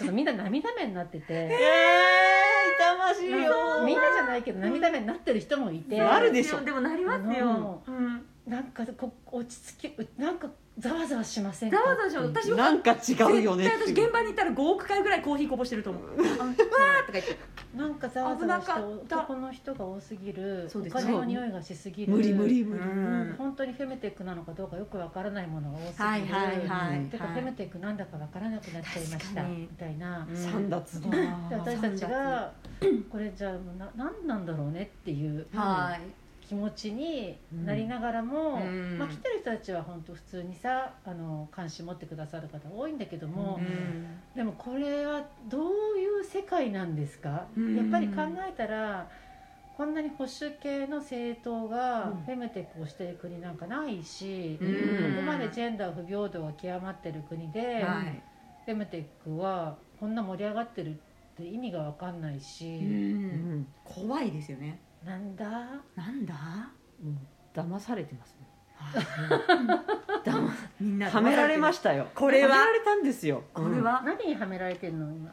Speaker 4: ょっとみんな涙目になってて。
Speaker 3: えー痛ましい
Speaker 4: なんかみんなじゃないけど涙目になってる人もいて、
Speaker 3: うんあるでしょ
Speaker 2: でもなります
Speaker 4: あ
Speaker 2: よ
Speaker 4: の
Speaker 2: うん
Speaker 4: なんかこう落ち着きうなんかざわざわしませんか
Speaker 2: ざわざわします私
Speaker 3: なんか違うよね
Speaker 2: 絶対私現場に行ったら5億回ぐらいコーヒーこぼしてる と思ううわーとか言って
Speaker 4: なんかざわざわして
Speaker 2: 危なかった
Speaker 4: 男の人が多すぎる
Speaker 2: そうです
Speaker 4: お金の匂いがしすぎる
Speaker 3: 無理無理無理、
Speaker 4: うん本当にフェムテックなのかどうかよくわからないものが多すぎる、
Speaker 2: はいはいはい
Speaker 4: てか
Speaker 2: はい
Speaker 4: フェムテックなんだかわからなくなっちゃいました
Speaker 2: 確かに
Speaker 4: みたいな、
Speaker 3: 三奪だ
Speaker 4: で
Speaker 3: な
Speaker 4: 私たちがこれじゃあな何なんだろうねっていう
Speaker 2: はい
Speaker 4: 気持ちになりながらも、
Speaker 2: うん
Speaker 4: まあ、来てる人たちは本当普通にさあの関心持ってくださる方多いんだけども、
Speaker 2: うん
Speaker 4: でもこれはどういう世界なんですか、
Speaker 2: うん
Speaker 4: やっぱり考えたらこんなに保守系の政党がフェムテックをしている国なんかないし、
Speaker 2: うん
Speaker 4: ここまでジェンダー不平等が極まってる国で、
Speaker 2: はい
Speaker 4: フェムテックはこんな盛り上がってるって意味が分かんないし
Speaker 2: う、
Speaker 3: うんん
Speaker 2: 怖いですよね
Speaker 4: なんだ
Speaker 2: なんだ
Speaker 3: うん騙されてますね
Speaker 2: みんな
Speaker 3: はめられま
Speaker 2: し
Speaker 3: したよ
Speaker 2: これは
Speaker 3: はめられたんですよ
Speaker 2: これ
Speaker 3: うん
Speaker 2: は
Speaker 4: 何にはめられてるの今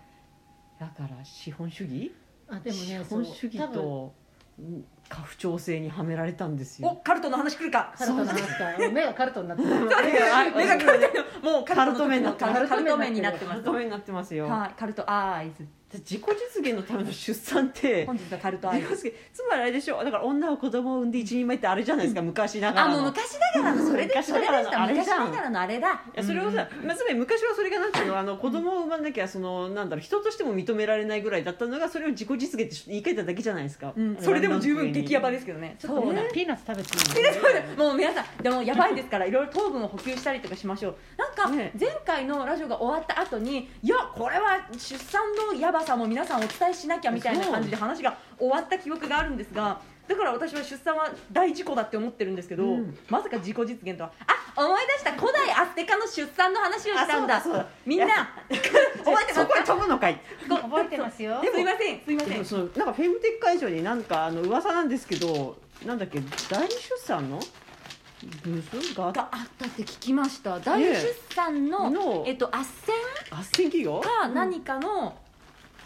Speaker 3: だから資本主義
Speaker 4: あでもね
Speaker 3: 資
Speaker 4: そう
Speaker 3: 本主義
Speaker 4: 多分
Speaker 3: とうん家父長制にはめられたんです
Speaker 2: お
Speaker 3: よ
Speaker 2: カルトの話来るか
Speaker 4: カルトの話か目がカルトになってる
Speaker 2: そうです
Speaker 3: は い
Speaker 2: 目がカルトもうカルトの
Speaker 3: カルト目になってます
Speaker 2: カルト面になってます
Speaker 3: まとめになってますよ、
Speaker 2: はいカルトアイズ
Speaker 3: で自己実現のための出産って
Speaker 2: 本日のカルトアイ
Speaker 3: 自己
Speaker 2: ズ
Speaker 3: 実現つまりあれでしょだから女は子供を産んで一人前ってあれじゃないですか昔なが
Speaker 2: あ
Speaker 3: らの
Speaker 2: もう昔ながらのそれで
Speaker 3: 昔
Speaker 2: それ
Speaker 3: な
Speaker 2: で
Speaker 3: がら
Speaker 2: し
Speaker 3: の
Speaker 2: た
Speaker 3: あれ
Speaker 2: 昔
Speaker 3: じゃ
Speaker 2: な
Speaker 3: ん
Speaker 2: がらのあれだ
Speaker 3: いやそれをさ、まあつまり昔はそれがなんていうのあの子供を産まなきゃそのなんだろう人としても認められないぐらいだったのがそれを自己実現って言い換えただけじゃないですか、
Speaker 2: うんそれでも十分激ヤバですけどね
Speaker 4: ちょっと
Speaker 2: そうだ
Speaker 4: ねピーナッツ食べてみる
Speaker 2: もう皆さんでもやばいですからいろいろ糖分を補給したりとかしましょうなんか
Speaker 3: ね
Speaker 2: 前回のラジオが終わった後にいやこれは出産のやばさも皆さんお伝えしなきゃみたいな感じで話が終わった記憶があるんですがだから私は出産は大事故だって思ってるんですけど、
Speaker 3: うん
Speaker 2: まさか自己実現とはあ思い出した古代アステカの出産の話をしたんだ
Speaker 3: あそうだそうだ
Speaker 2: みんな覚えてま
Speaker 3: そ
Speaker 2: す
Speaker 3: こ
Speaker 2: か
Speaker 3: へ飛ぶのかい
Speaker 4: 覚えてますよ
Speaker 2: すいませんすいま
Speaker 3: で
Speaker 2: せん
Speaker 3: もそのなんかフェムテック会場になんかあの噂なんですけどなんだっけ代理出産のブースがあっ
Speaker 2: があったって聞きました大出産の、
Speaker 3: の
Speaker 2: えっと、斡旋
Speaker 3: あっせん企業
Speaker 2: か何かの,、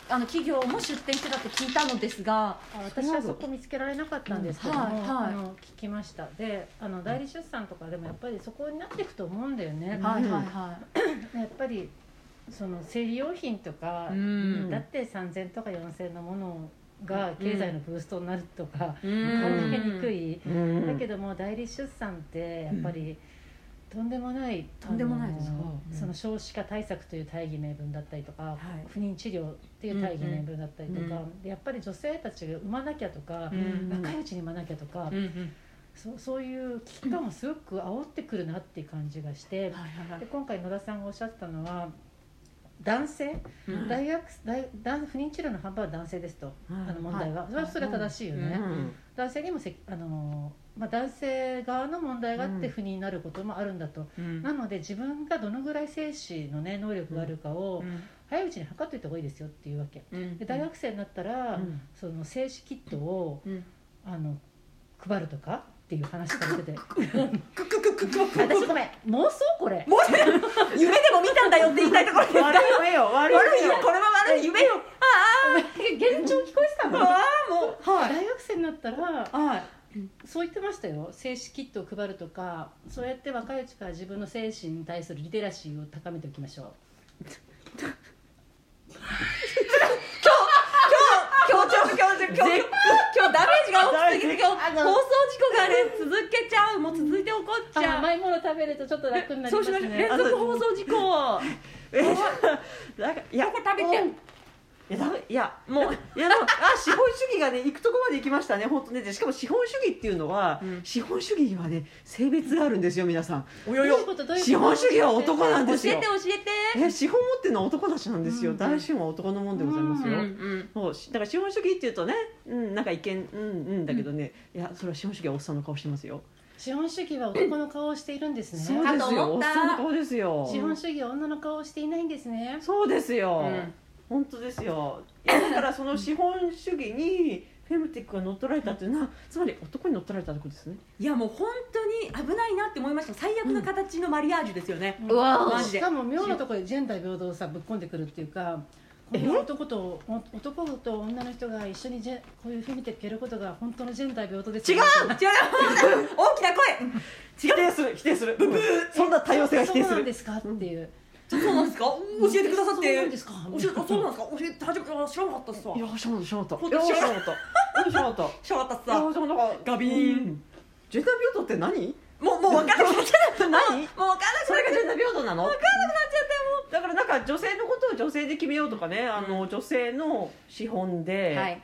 Speaker 2: あの企業も出店してたって聞いたのですが
Speaker 4: あ私はそこ見つけられなかったんですけども、
Speaker 2: うんはいはい
Speaker 4: あの聞きましたであの代理出産とかでもやっぱりそこになっていくと思うんだよね、
Speaker 3: はいはい
Speaker 2: は
Speaker 4: やっぱりその生理用品とか、
Speaker 2: うん
Speaker 4: だって3000とか4000のものが経済のブーストになるとか、考
Speaker 2: い
Speaker 3: うん
Speaker 4: えにくい、
Speaker 3: うん
Speaker 4: だけども代理出産ってやっぱり、とんでもない
Speaker 2: とんでもないです
Speaker 4: あの
Speaker 3: そう
Speaker 4: その少子化対策という大義名分だったりとか、
Speaker 2: い
Speaker 4: 不妊治療っていう大義名分だったりとか、
Speaker 2: うんう
Speaker 4: でやっぱり女性たちが産まなきゃとか、
Speaker 2: うん
Speaker 4: 若いうちに産まなきゃとか、そうそういう危機感もすごく煽ってくるなっていう感じがして、で今回野田さんがおっしゃってたのは男性、
Speaker 2: うん
Speaker 4: 大学大男不妊治療の半分は男性ですと、
Speaker 3: うん
Speaker 4: あの問題は、それはそれは正しいよね。
Speaker 2: うん
Speaker 3: うん
Speaker 4: 男性にもせきあのー、まあ、男性側の問題があっ
Speaker 3: う
Speaker 4: て
Speaker 3: ん
Speaker 4: 不妊になることもあるんだと、
Speaker 2: うん
Speaker 4: なので自分がどのぐらい精子の、ね、能力があるかを早いうちに測っておいた方がいいですよっていうわけで大学生になったら、
Speaker 3: うん
Speaker 4: その精子キットを
Speaker 2: うん
Speaker 4: あの配るとかっていう話されてて
Speaker 2: クククククク
Speaker 4: 私ごめん妄想こ れ
Speaker 2: もう夢でも見たんだよって言いたいところですが
Speaker 3: 悪い夢よ悪い
Speaker 2: 悪い
Speaker 3: 夢
Speaker 2: よ
Speaker 3: よ
Speaker 2: これは悪い夢よ
Speaker 4: 現状聞こえてたの
Speaker 2: ああもうは
Speaker 4: 大学生になったら
Speaker 2: はい
Speaker 4: そう言ってましたよ精子キットを配るとかそうやって若いうちから自分の精神に対するリテラシーを高めておきましょう
Speaker 2: 強調強調今日今日今日ダメージが大きすぎて今日
Speaker 4: あ
Speaker 2: 放
Speaker 4: の
Speaker 2: 送事故がね続けちゃうもう続いて起こっち
Speaker 4: じゃあ
Speaker 2: ゃう
Speaker 4: 甘いもの食べるとちょっと楽になり
Speaker 2: そ
Speaker 4: ま
Speaker 2: うし
Speaker 4: す
Speaker 2: ましょう連
Speaker 4: ね
Speaker 2: 続放送事故こ
Speaker 3: えなんかいや
Speaker 2: こ食べて
Speaker 3: いやだいやもういやでもあ資本主義がね行くとこまで行きましたね本当ねでしかも資本主義っていうのは、
Speaker 2: うん
Speaker 3: 資本主義にはね性別があるんですよ皆さん
Speaker 2: お
Speaker 4: ど
Speaker 2: よ
Speaker 4: う
Speaker 2: よ
Speaker 4: いうことどういうこと
Speaker 3: 資本主義は男なん
Speaker 2: 教
Speaker 3: で
Speaker 2: え
Speaker 3: す
Speaker 2: て
Speaker 3: よ
Speaker 2: 教えて
Speaker 3: え資本持ってるのは男たちなんですよ、
Speaker 4: うん
Speaker 3: 大資本は男のもんでございます
Speaker 2: うん
Speaker 3: よ、
Speaker 2: うん
Speaker 3: そうしだから資本主義っていうとね、うん、なんか意見うんうんだけどね、いやそれは資本主義はおっさんの顔してますよ
Speaker 4: 資本主義は男の顔をしているんです
Speaker 3: そう
Speaker 4: ね
Speaker 2: か
Speaker 3: で
Speaker 2: と
Speaker 3: すよ
Speaker 2: 思
Speaker 3: お
Speaker 2: っ
Speaker 3: ったさんの顔ですよ
Speaker 4: 資本主義は女の顔をしていないんですね
Speaker 3: そうですよ、
Speaker 2: うん
Speaker 3: 本当ですよいやだからその資本主義にフェムテックが乗っ取られたっていうのはつまり男に乗っ取られたってことですね
Speaker 2: いやもう本当に危ないなって思いました最悪の形のマリアージュですよね、
Speaker 4: うん
Speaker 1: うわお
Speaker 2: マジで
Speaker 4: しかも妙なところでジェンダー平等をさぶっ込んでくるっていうかこんな男とお男と女の人が一緒にジェこういうフェミテックやることが本当のジェンダー平等ですよね
Speaker 2: 違う大きな声
Speaker 3: 否定する否定するブブーそんな多様性は否定
Speaker 4: そう
Speaker 3: す
Speaker 4: なんで
Speaker 3: る
Speaker 4: すかっていう
Speaker 2: そうなんですか教えてくださっ
Speaker 4: そうなん
Speaker 2: て
Speaker 4: ですか
Speaker 2: 教えてあそうなんですか教えて初めてあ知らなかったっすわ
Speaker 3: いやしょうしょうと
Speaker 2: 本
Speaker 3: いや
Speaker 2: 当
Speaker 3: しょう
Speaker 2: 知
Speaker 3: と
Speaker 2: ら
Speaker 3: い
Speaker 2: な
Speaker 3: やしょうと
Speaker 2: 知らなかったっす
Speaker 3: いや
Speaker 2: わ
Speaker 3: しょうと
Speaker 2: ガビーン
Speaker 3: うんジェンダー平等って何
Speaker 2: もうもう分かんなくなっちゃった
Speaker 3: 何
Speaker 2: もうもう分かんなく
Speaker 3: そ
Speaker 2: なっ
Speaker 3: れ
Speaker 2: ちゃっ
Speaker 3: がジェンダー平等なの
Speaker 2: た
Speaker 3: だからなんか女性のことを女性で決めようとかね、あの女性の資本で、
Speaker 2: よはい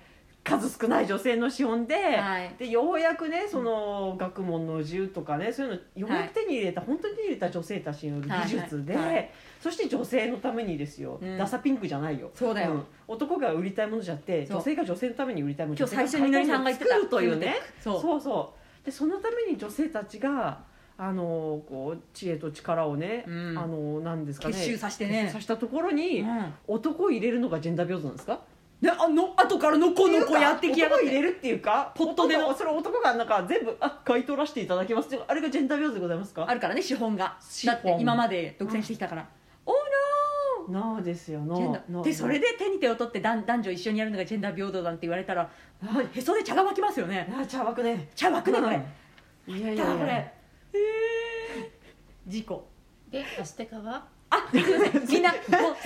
Speaker 3: 数少ない女性の資本で、
Speaker 2: はい
Speaker 3: でようやくねその学問の自由とかねそういうのようやく手に入れた、本当に手に入れた女性たちによる技術で、
Speaker 2: はいはいは
Speaker 3: そして女性のためにですよ、
Speaker 2: うん
Speaker 3: ダサピンクじゃないよ
Speaker 2: そうだよ
Speaker 3: ん男が売りたいものじゃって
Speaker 2: そう
Speaker 3: 女性が女性のために売りたいもの
Speaker 2: 今日最初に
Speaker 3: 女
Speaker 2: 何
Speaker 3: 性
Speaker 2: さん
Speaker 3: が
Speaker 2: が
Speaker 3: 買
Speaker 2: 言
Speaker 3: い
Speaker 2: ってた
Speaker 3: 物を作るというね
Speaker 2: そう
Speaker 3: そうそうでそのために女性たちがあのこう知恵と力をね、
Speaker 2: うん
Speaker 3: あのなんですかね
Speaker 2: 結集させて
Speaker 3: 結
Speaker 2: ね
Speaker 3: 集させたところに、
Speaker 2: うん
Speaker 3: 男を入れるのがジェンダー平等なんですか
Speaker 2: ねあの後からのこのこやってきやがっ
Speaker 3: 男を入
Speaker 2: て
Speaker 3: れるっていうか
Speaker 2: ポットでも
Speaker 3: 男それ男がなんか全部あ買い取らせていただきますっていうあれがジェンダー平等でございますか
Speaker 2: あるからね資本が
Speaker 3: 資
Speaker 2: だ
Speaker 3: 本
Speaker 2: って今まで独占してきたからおーの
Speaker 3: なあですよ
Speaker 2: ジェンダ
Speaker 3: な
Speaker 2: ーでそれで手に手を取って男男女一緒にやるのがジェンダー平等だって言われたら
Speaker 3: はい
Speaker 2: へそで茶が湧きますよね
Speaker 3: なあ茶枠ね
Speaker 2: 茶湧くねこれ
Speaker 3: いやい
Speaker 2: だ
Speaker 3: や
Speaker 2: か
Speaker 3: い
Speaker 2: らこれ
Speaker 3: や
Speaker 2: えー事故
Speaker 4: でアステカは
Speaker 2: あすい ませんみんなも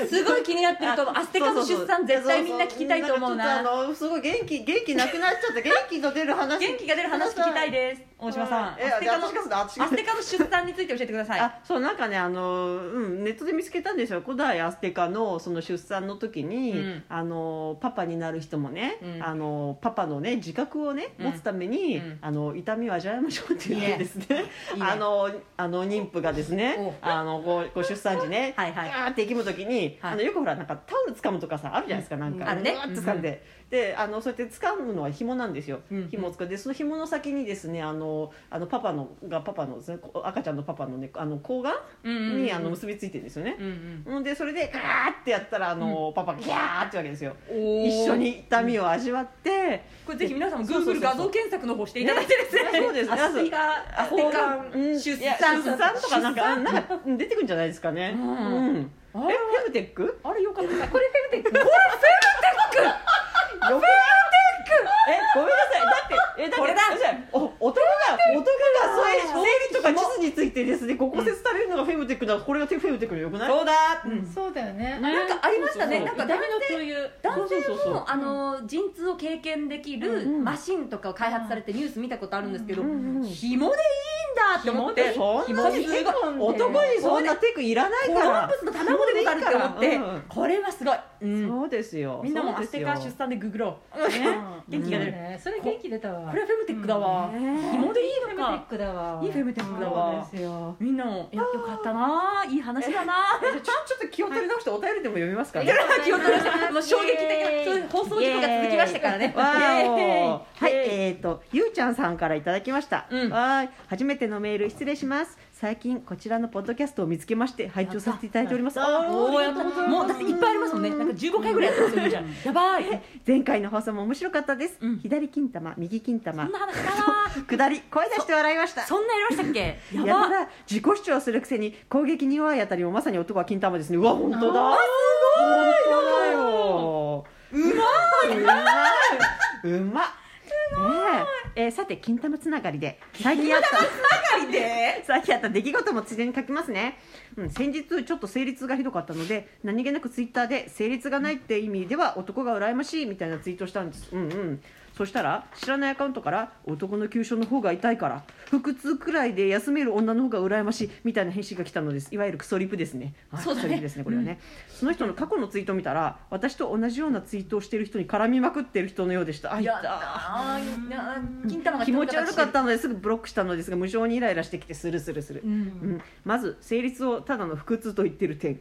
Speaker 2: うすごい気になってると思うアステカの出産絶対みんな聞きたいと思う
Speaker 3: そそ
Speaker 2: な
Speaker 3: そんかちょっとあのすごい元気元気なくなっちゃった元気の出る話
Speaker 2: 元気が出る話聞きたいです大島さんア
Speaker 3: え
Speaker 2: ステカの
Speaker 3: 私がすあ私が
Speaker 2: アステカの出産について教えてください
Speaker 3: あそうなんかねあの、うん、ネットで見つけたんですよ古代アステカのその出産の時に、
Speaker 2: うん
Speaker 3: あのパパになる人もね、
Speaker 2: うん
Speaker 3: あのパパのね自覚をね、
Speaker 2: うん
Speaker 3: 持つために、
Speaker 2: うん
Speaker 3: あの痛みを味わいましょうっていう
Speaker 2: いいね
Speaker 3: のですね
Speaker 2: いいね
Speaker 3: あのあの妊婦がですね
Speaker 2: お
Speaker 3: あのこうこう出産時ね
Speaker 2: はいはい
Speaker 3: ガーって息む時に、
Speaker 2: はい
Speaker 3: あのよくほらなんかタオル掴むとかさあるじゃないですか、なん
Speaker 4: うん
Speaker 3: か
Speaker 2: あるね
Speaker 3: うわーって掴んで、であのそうやって掴むのは紐なんですよ、
Speaker 2: うん
Speaker 3: 紐を使ってその紐の先にですねあのあのパパのがパパのですねこう赤ちゃんのパパのねあの睾丸
Speaker 2: うんうんうん
Speaker 3: にあの結びついてるんですよね
Speaker 2: う。んうん
Speaker 3: ほんでそれでガーってやったらあの、パパがギャーってわけですよ。
Speaker 2: おー
Speaker 3: 一緒に痛みを味わって、
Speaker 2: これぜひ皆さんも
Speaker 3: そうそうそう
Speaker 2: Google
Speaker 3: そう
Speaker 2: 画像検索の方していただいてですね
Speaker 3: ねそうですね
Speaker 2: アステカ
Speaker 3: あ
Speaker 2: アステカ
Speaker 3: うん
Speaker 2: 出
Speaker 3: いや
Speaker 2: 産
Speaker 3: 出産とかなんかなんか出てくるんじゃないですかね。
Speaker 2: うん
Speaker 3: うんえフェムテック？
Speaker 2: あれよかったこれフェルテック
Speaker 3: フェムテック。えごめんなさいだってえだって
Speaker 2: これだ
Speaker 3: じゃあお男が男がそういう生理とか地図についてですねここ説されるのがフェムテックだこれがフェムテックのよく ない？
Speaker 2: そうだ
Speaker 4: そうだよね
Speaker 2: なんかありましたね
Speaker 3: そう
Speaker 2: なん
Speaker 3: そう
Speaker 2: か
Speaker 4: ダメの共有
Speaker 2: 男性
Speaker 3: そうそうそうそう
Speaker 2: もあの陣痛を経験できる
Speaker 3: うんうん
Speaker 2: マシンとかを開発されてニュース見たことあるんですけど
Speaker 3: うんうんうん
Speaker 2: 紐でいいんだって思って
Speaker 3: 紐でそんなに
Speaker 2: 紐ですごい
Speaker 3: 男にそんなテックいらない
Speaker 2: コ
Speaker 3: か
Speaker 2: ロン
Speaker 3: ら
Speaker 2: ブ。スの卵でもなるって思っ
Speaker 3: そうでい
Speaker 2: て
Speaker 3: いからうん
Speaker 2: これはすごいうん
Speaker 3: そうですよ。
Speaker 2: みんなもアステカ
Speaker 3: そうです
Speaker 2: 出
Speaker 3: よ
Speaker 2: 産でググろう
Speaker 4: うん
Speaker 2: 元気が出
Speaker 4: そうだ
Speaker 2: る
Speaker 4: ねそれ元気出たわ
Speaker 2: これはフェムテックだわ
Speaker 3: ね
Speaker 2: 紐でいい
Speaker 4: フェ
Speaker 2: の
Speaker 4: ムテッ
Speaker 2: か
Speaker 4: クだわ
Speaker 2: いいフェムテックだわ
Speaker 3: そうですよ。
Speaker 2: みんなもいやよかったないい話だな
Speaker 3: ちょちょっと気を取り直してお便りでも読みますかね。
Speaker 2: 気を取り直 してもう衝撃
Speaker 4: イエーイ
Speaker 2: 的なそういう放送事故が続きましたからね
Speaker 3: わーお
Speaker 2: イエーイ
Speaker 3: はい、えっ、と、ゆうちゃんさんからいただきました。
Speaker 2: うん
Speaker 3: わーい、初めてのメール失礼します。最近こちらのポッドキャストを見つけまして、拝聴させていただいております。あ
Speaker 2: おお
Speaker 3: ー
Speaker 2: やったもうだっていっぱいありますもんねなんか15回ぐらいやってますよじゃんやばい
Speaker 3: 前回の放送も面白かったです。
Speaker 2: うん
Speaker 3: 左金玉、右金
Speaker 2: そ
Speaker 3: 玉
Speaker 2: ん、な話したな
Speaker 3: 下り、声出して笑いました。
Speaker 2: そんなやりましたっけ
Speaker 3: や
Speaker 2: や
Speaker 3: た
Speaker 2: ば
Speaker 3: ら自己主張するくせに攻撃に弱いあたりもまさに男は金玉ですねうわ本当だすごい本当だようまいうまいうまねええーさて金玉つながりで最近あった
Speaker 2: りで
Speaker 3: 最近あった 出来事もついでに書きますね、うん、先日ちょっと生理痛がひどかったので何気なくツイッターで生理痛がないって意味では男が羨ましいみたいなツイートしたんですうんうんそしたら知らないアカウントから男の急所の方が痛いから腹痛くらいで休める女の方が羨ましいみたいな返信が来たのですいわゆるクソリプですねはい
Speaker 2: そうだね
Speaker 3: クソリプですねこれはね、その人の過去のツイートを見たら私と同じようなツイートをしてる人に絡みまくってる人のようでしたあい
Speaker 2: やった
Speaker 3: た
Speaker 2: ーいや金玉が
Speaker 3: 気持ち悪かったのですぐブロックしたのですが無性にイライラしてきてスルスルスル、うんまず生理痛をただの腹痛と言ってる点、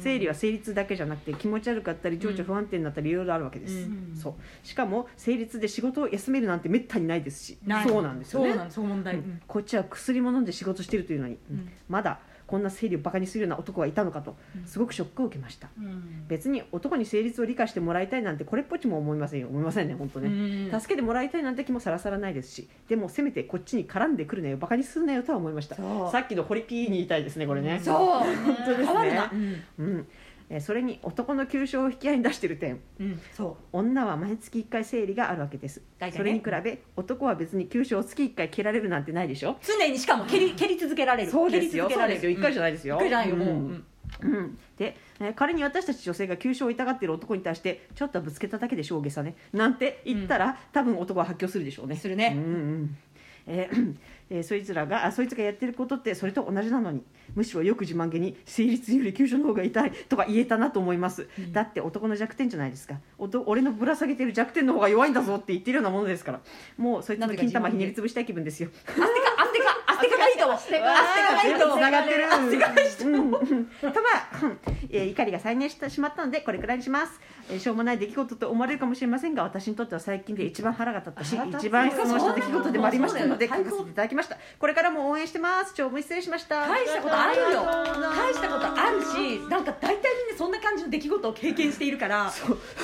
Speaker 3: 生理は生理痛だけじゃなくて気持ち悪かったり情緒不安定になったりいろいろあるわけです、
Speaker 4: ん
Speaker 3: そうしかも生理痛で仕事を休めるなんてめったにないですし
Speaker 2: ない
Speaker 3: そうなんですよ
Speaker 2: そう
Speaker 3: ね
Speaker 2: なのそう問題、
Speaker 3: うんこっちは薬も飲んで仕事してるというのに、うん
Speaker 2: うん
Speaker 3: まだこんな生理をバカにするような男がいたのかとすごくショックを受けました
Speaker 4: うん
Speaker 3: 別に男に生理痛を理解してもらいたいなんてこれっぽっちも思いませんよ思いませんね本当ね、
Speaker 2: うん
Speaker 3: 助けてもらいたいなんて気もさらさらないですしでもせめてこっちに絡んでくるなよバカにするなよとは思いました
Speaker 2: そう
Speaker 3: さっきのホリピーに言いたいですねこれね
Speaker 2: そう
Speaker 3: 本当ですね
Speaker 2: 変わるな、
Speaker 3: うんえーそれに男の急所を引き合いに出してる点
Speaker 2: うんそう
Speaker 3: 女は毎月1回生理があるわけです、
Speaker 2: 大体ね
Speaker 3: それに比べ男は別に急所を月1回蹴られるなんてないでしょ
Speaker 2: 常にしかも蹴り蹴り続けられる
Speaker 3: そうですよ
Speaker 2: 蹴り続け
Speaker 3: そう
Speaker 2: られ
Speaker 3: ですよ
Speaker 2: る
Speaker 3: 1回じゃないですよ、
Speaker 2: 一回じゃないよもう、
Speaker 3: ん
Speaker 2: うん
Speaker 3: うん、で、えー仮に私たち女性が急所を痛がっている男に対してちょっとはぶつけただけでしょう大げさねなんて言ったら、多分男は発狂するでしょうね
Speaker 2: するね
Speaker 3: うんうんえーえーそいつらがあそいつがやってることってそれと同じなのにむしろよく自慢げに生理痛より急所の方が痛いとか言えたなと思います、だって男の弱点じゃないですかおと俺のぶら下げてる弱点の方が弱いんだぞって言ってるようなものですからもうそいつの金玉ひねりつぶしたい気分ですよ
Speaker 2: アステカアステカがいいと思うアステカがいいと思う
Speaker 3: つながってる。うんうんとまあ、うんえー怒りが再燃してしまったのでこれくらいにします、えーしょうもない出来事と思われるかもしれませんが私にとっては最近で一番腹が立ったし一番そのした出来事でもありましたので書
Speaker 2: そう
Speaker 3: かせ
Speaker 2: だよ
Speaker 3: ていただきましたこれからも応援してます長文失礼しました
Speaker 2: 大したことあるよ大したことあるしなんか大体みんなそんな感じの出来事を経験しているから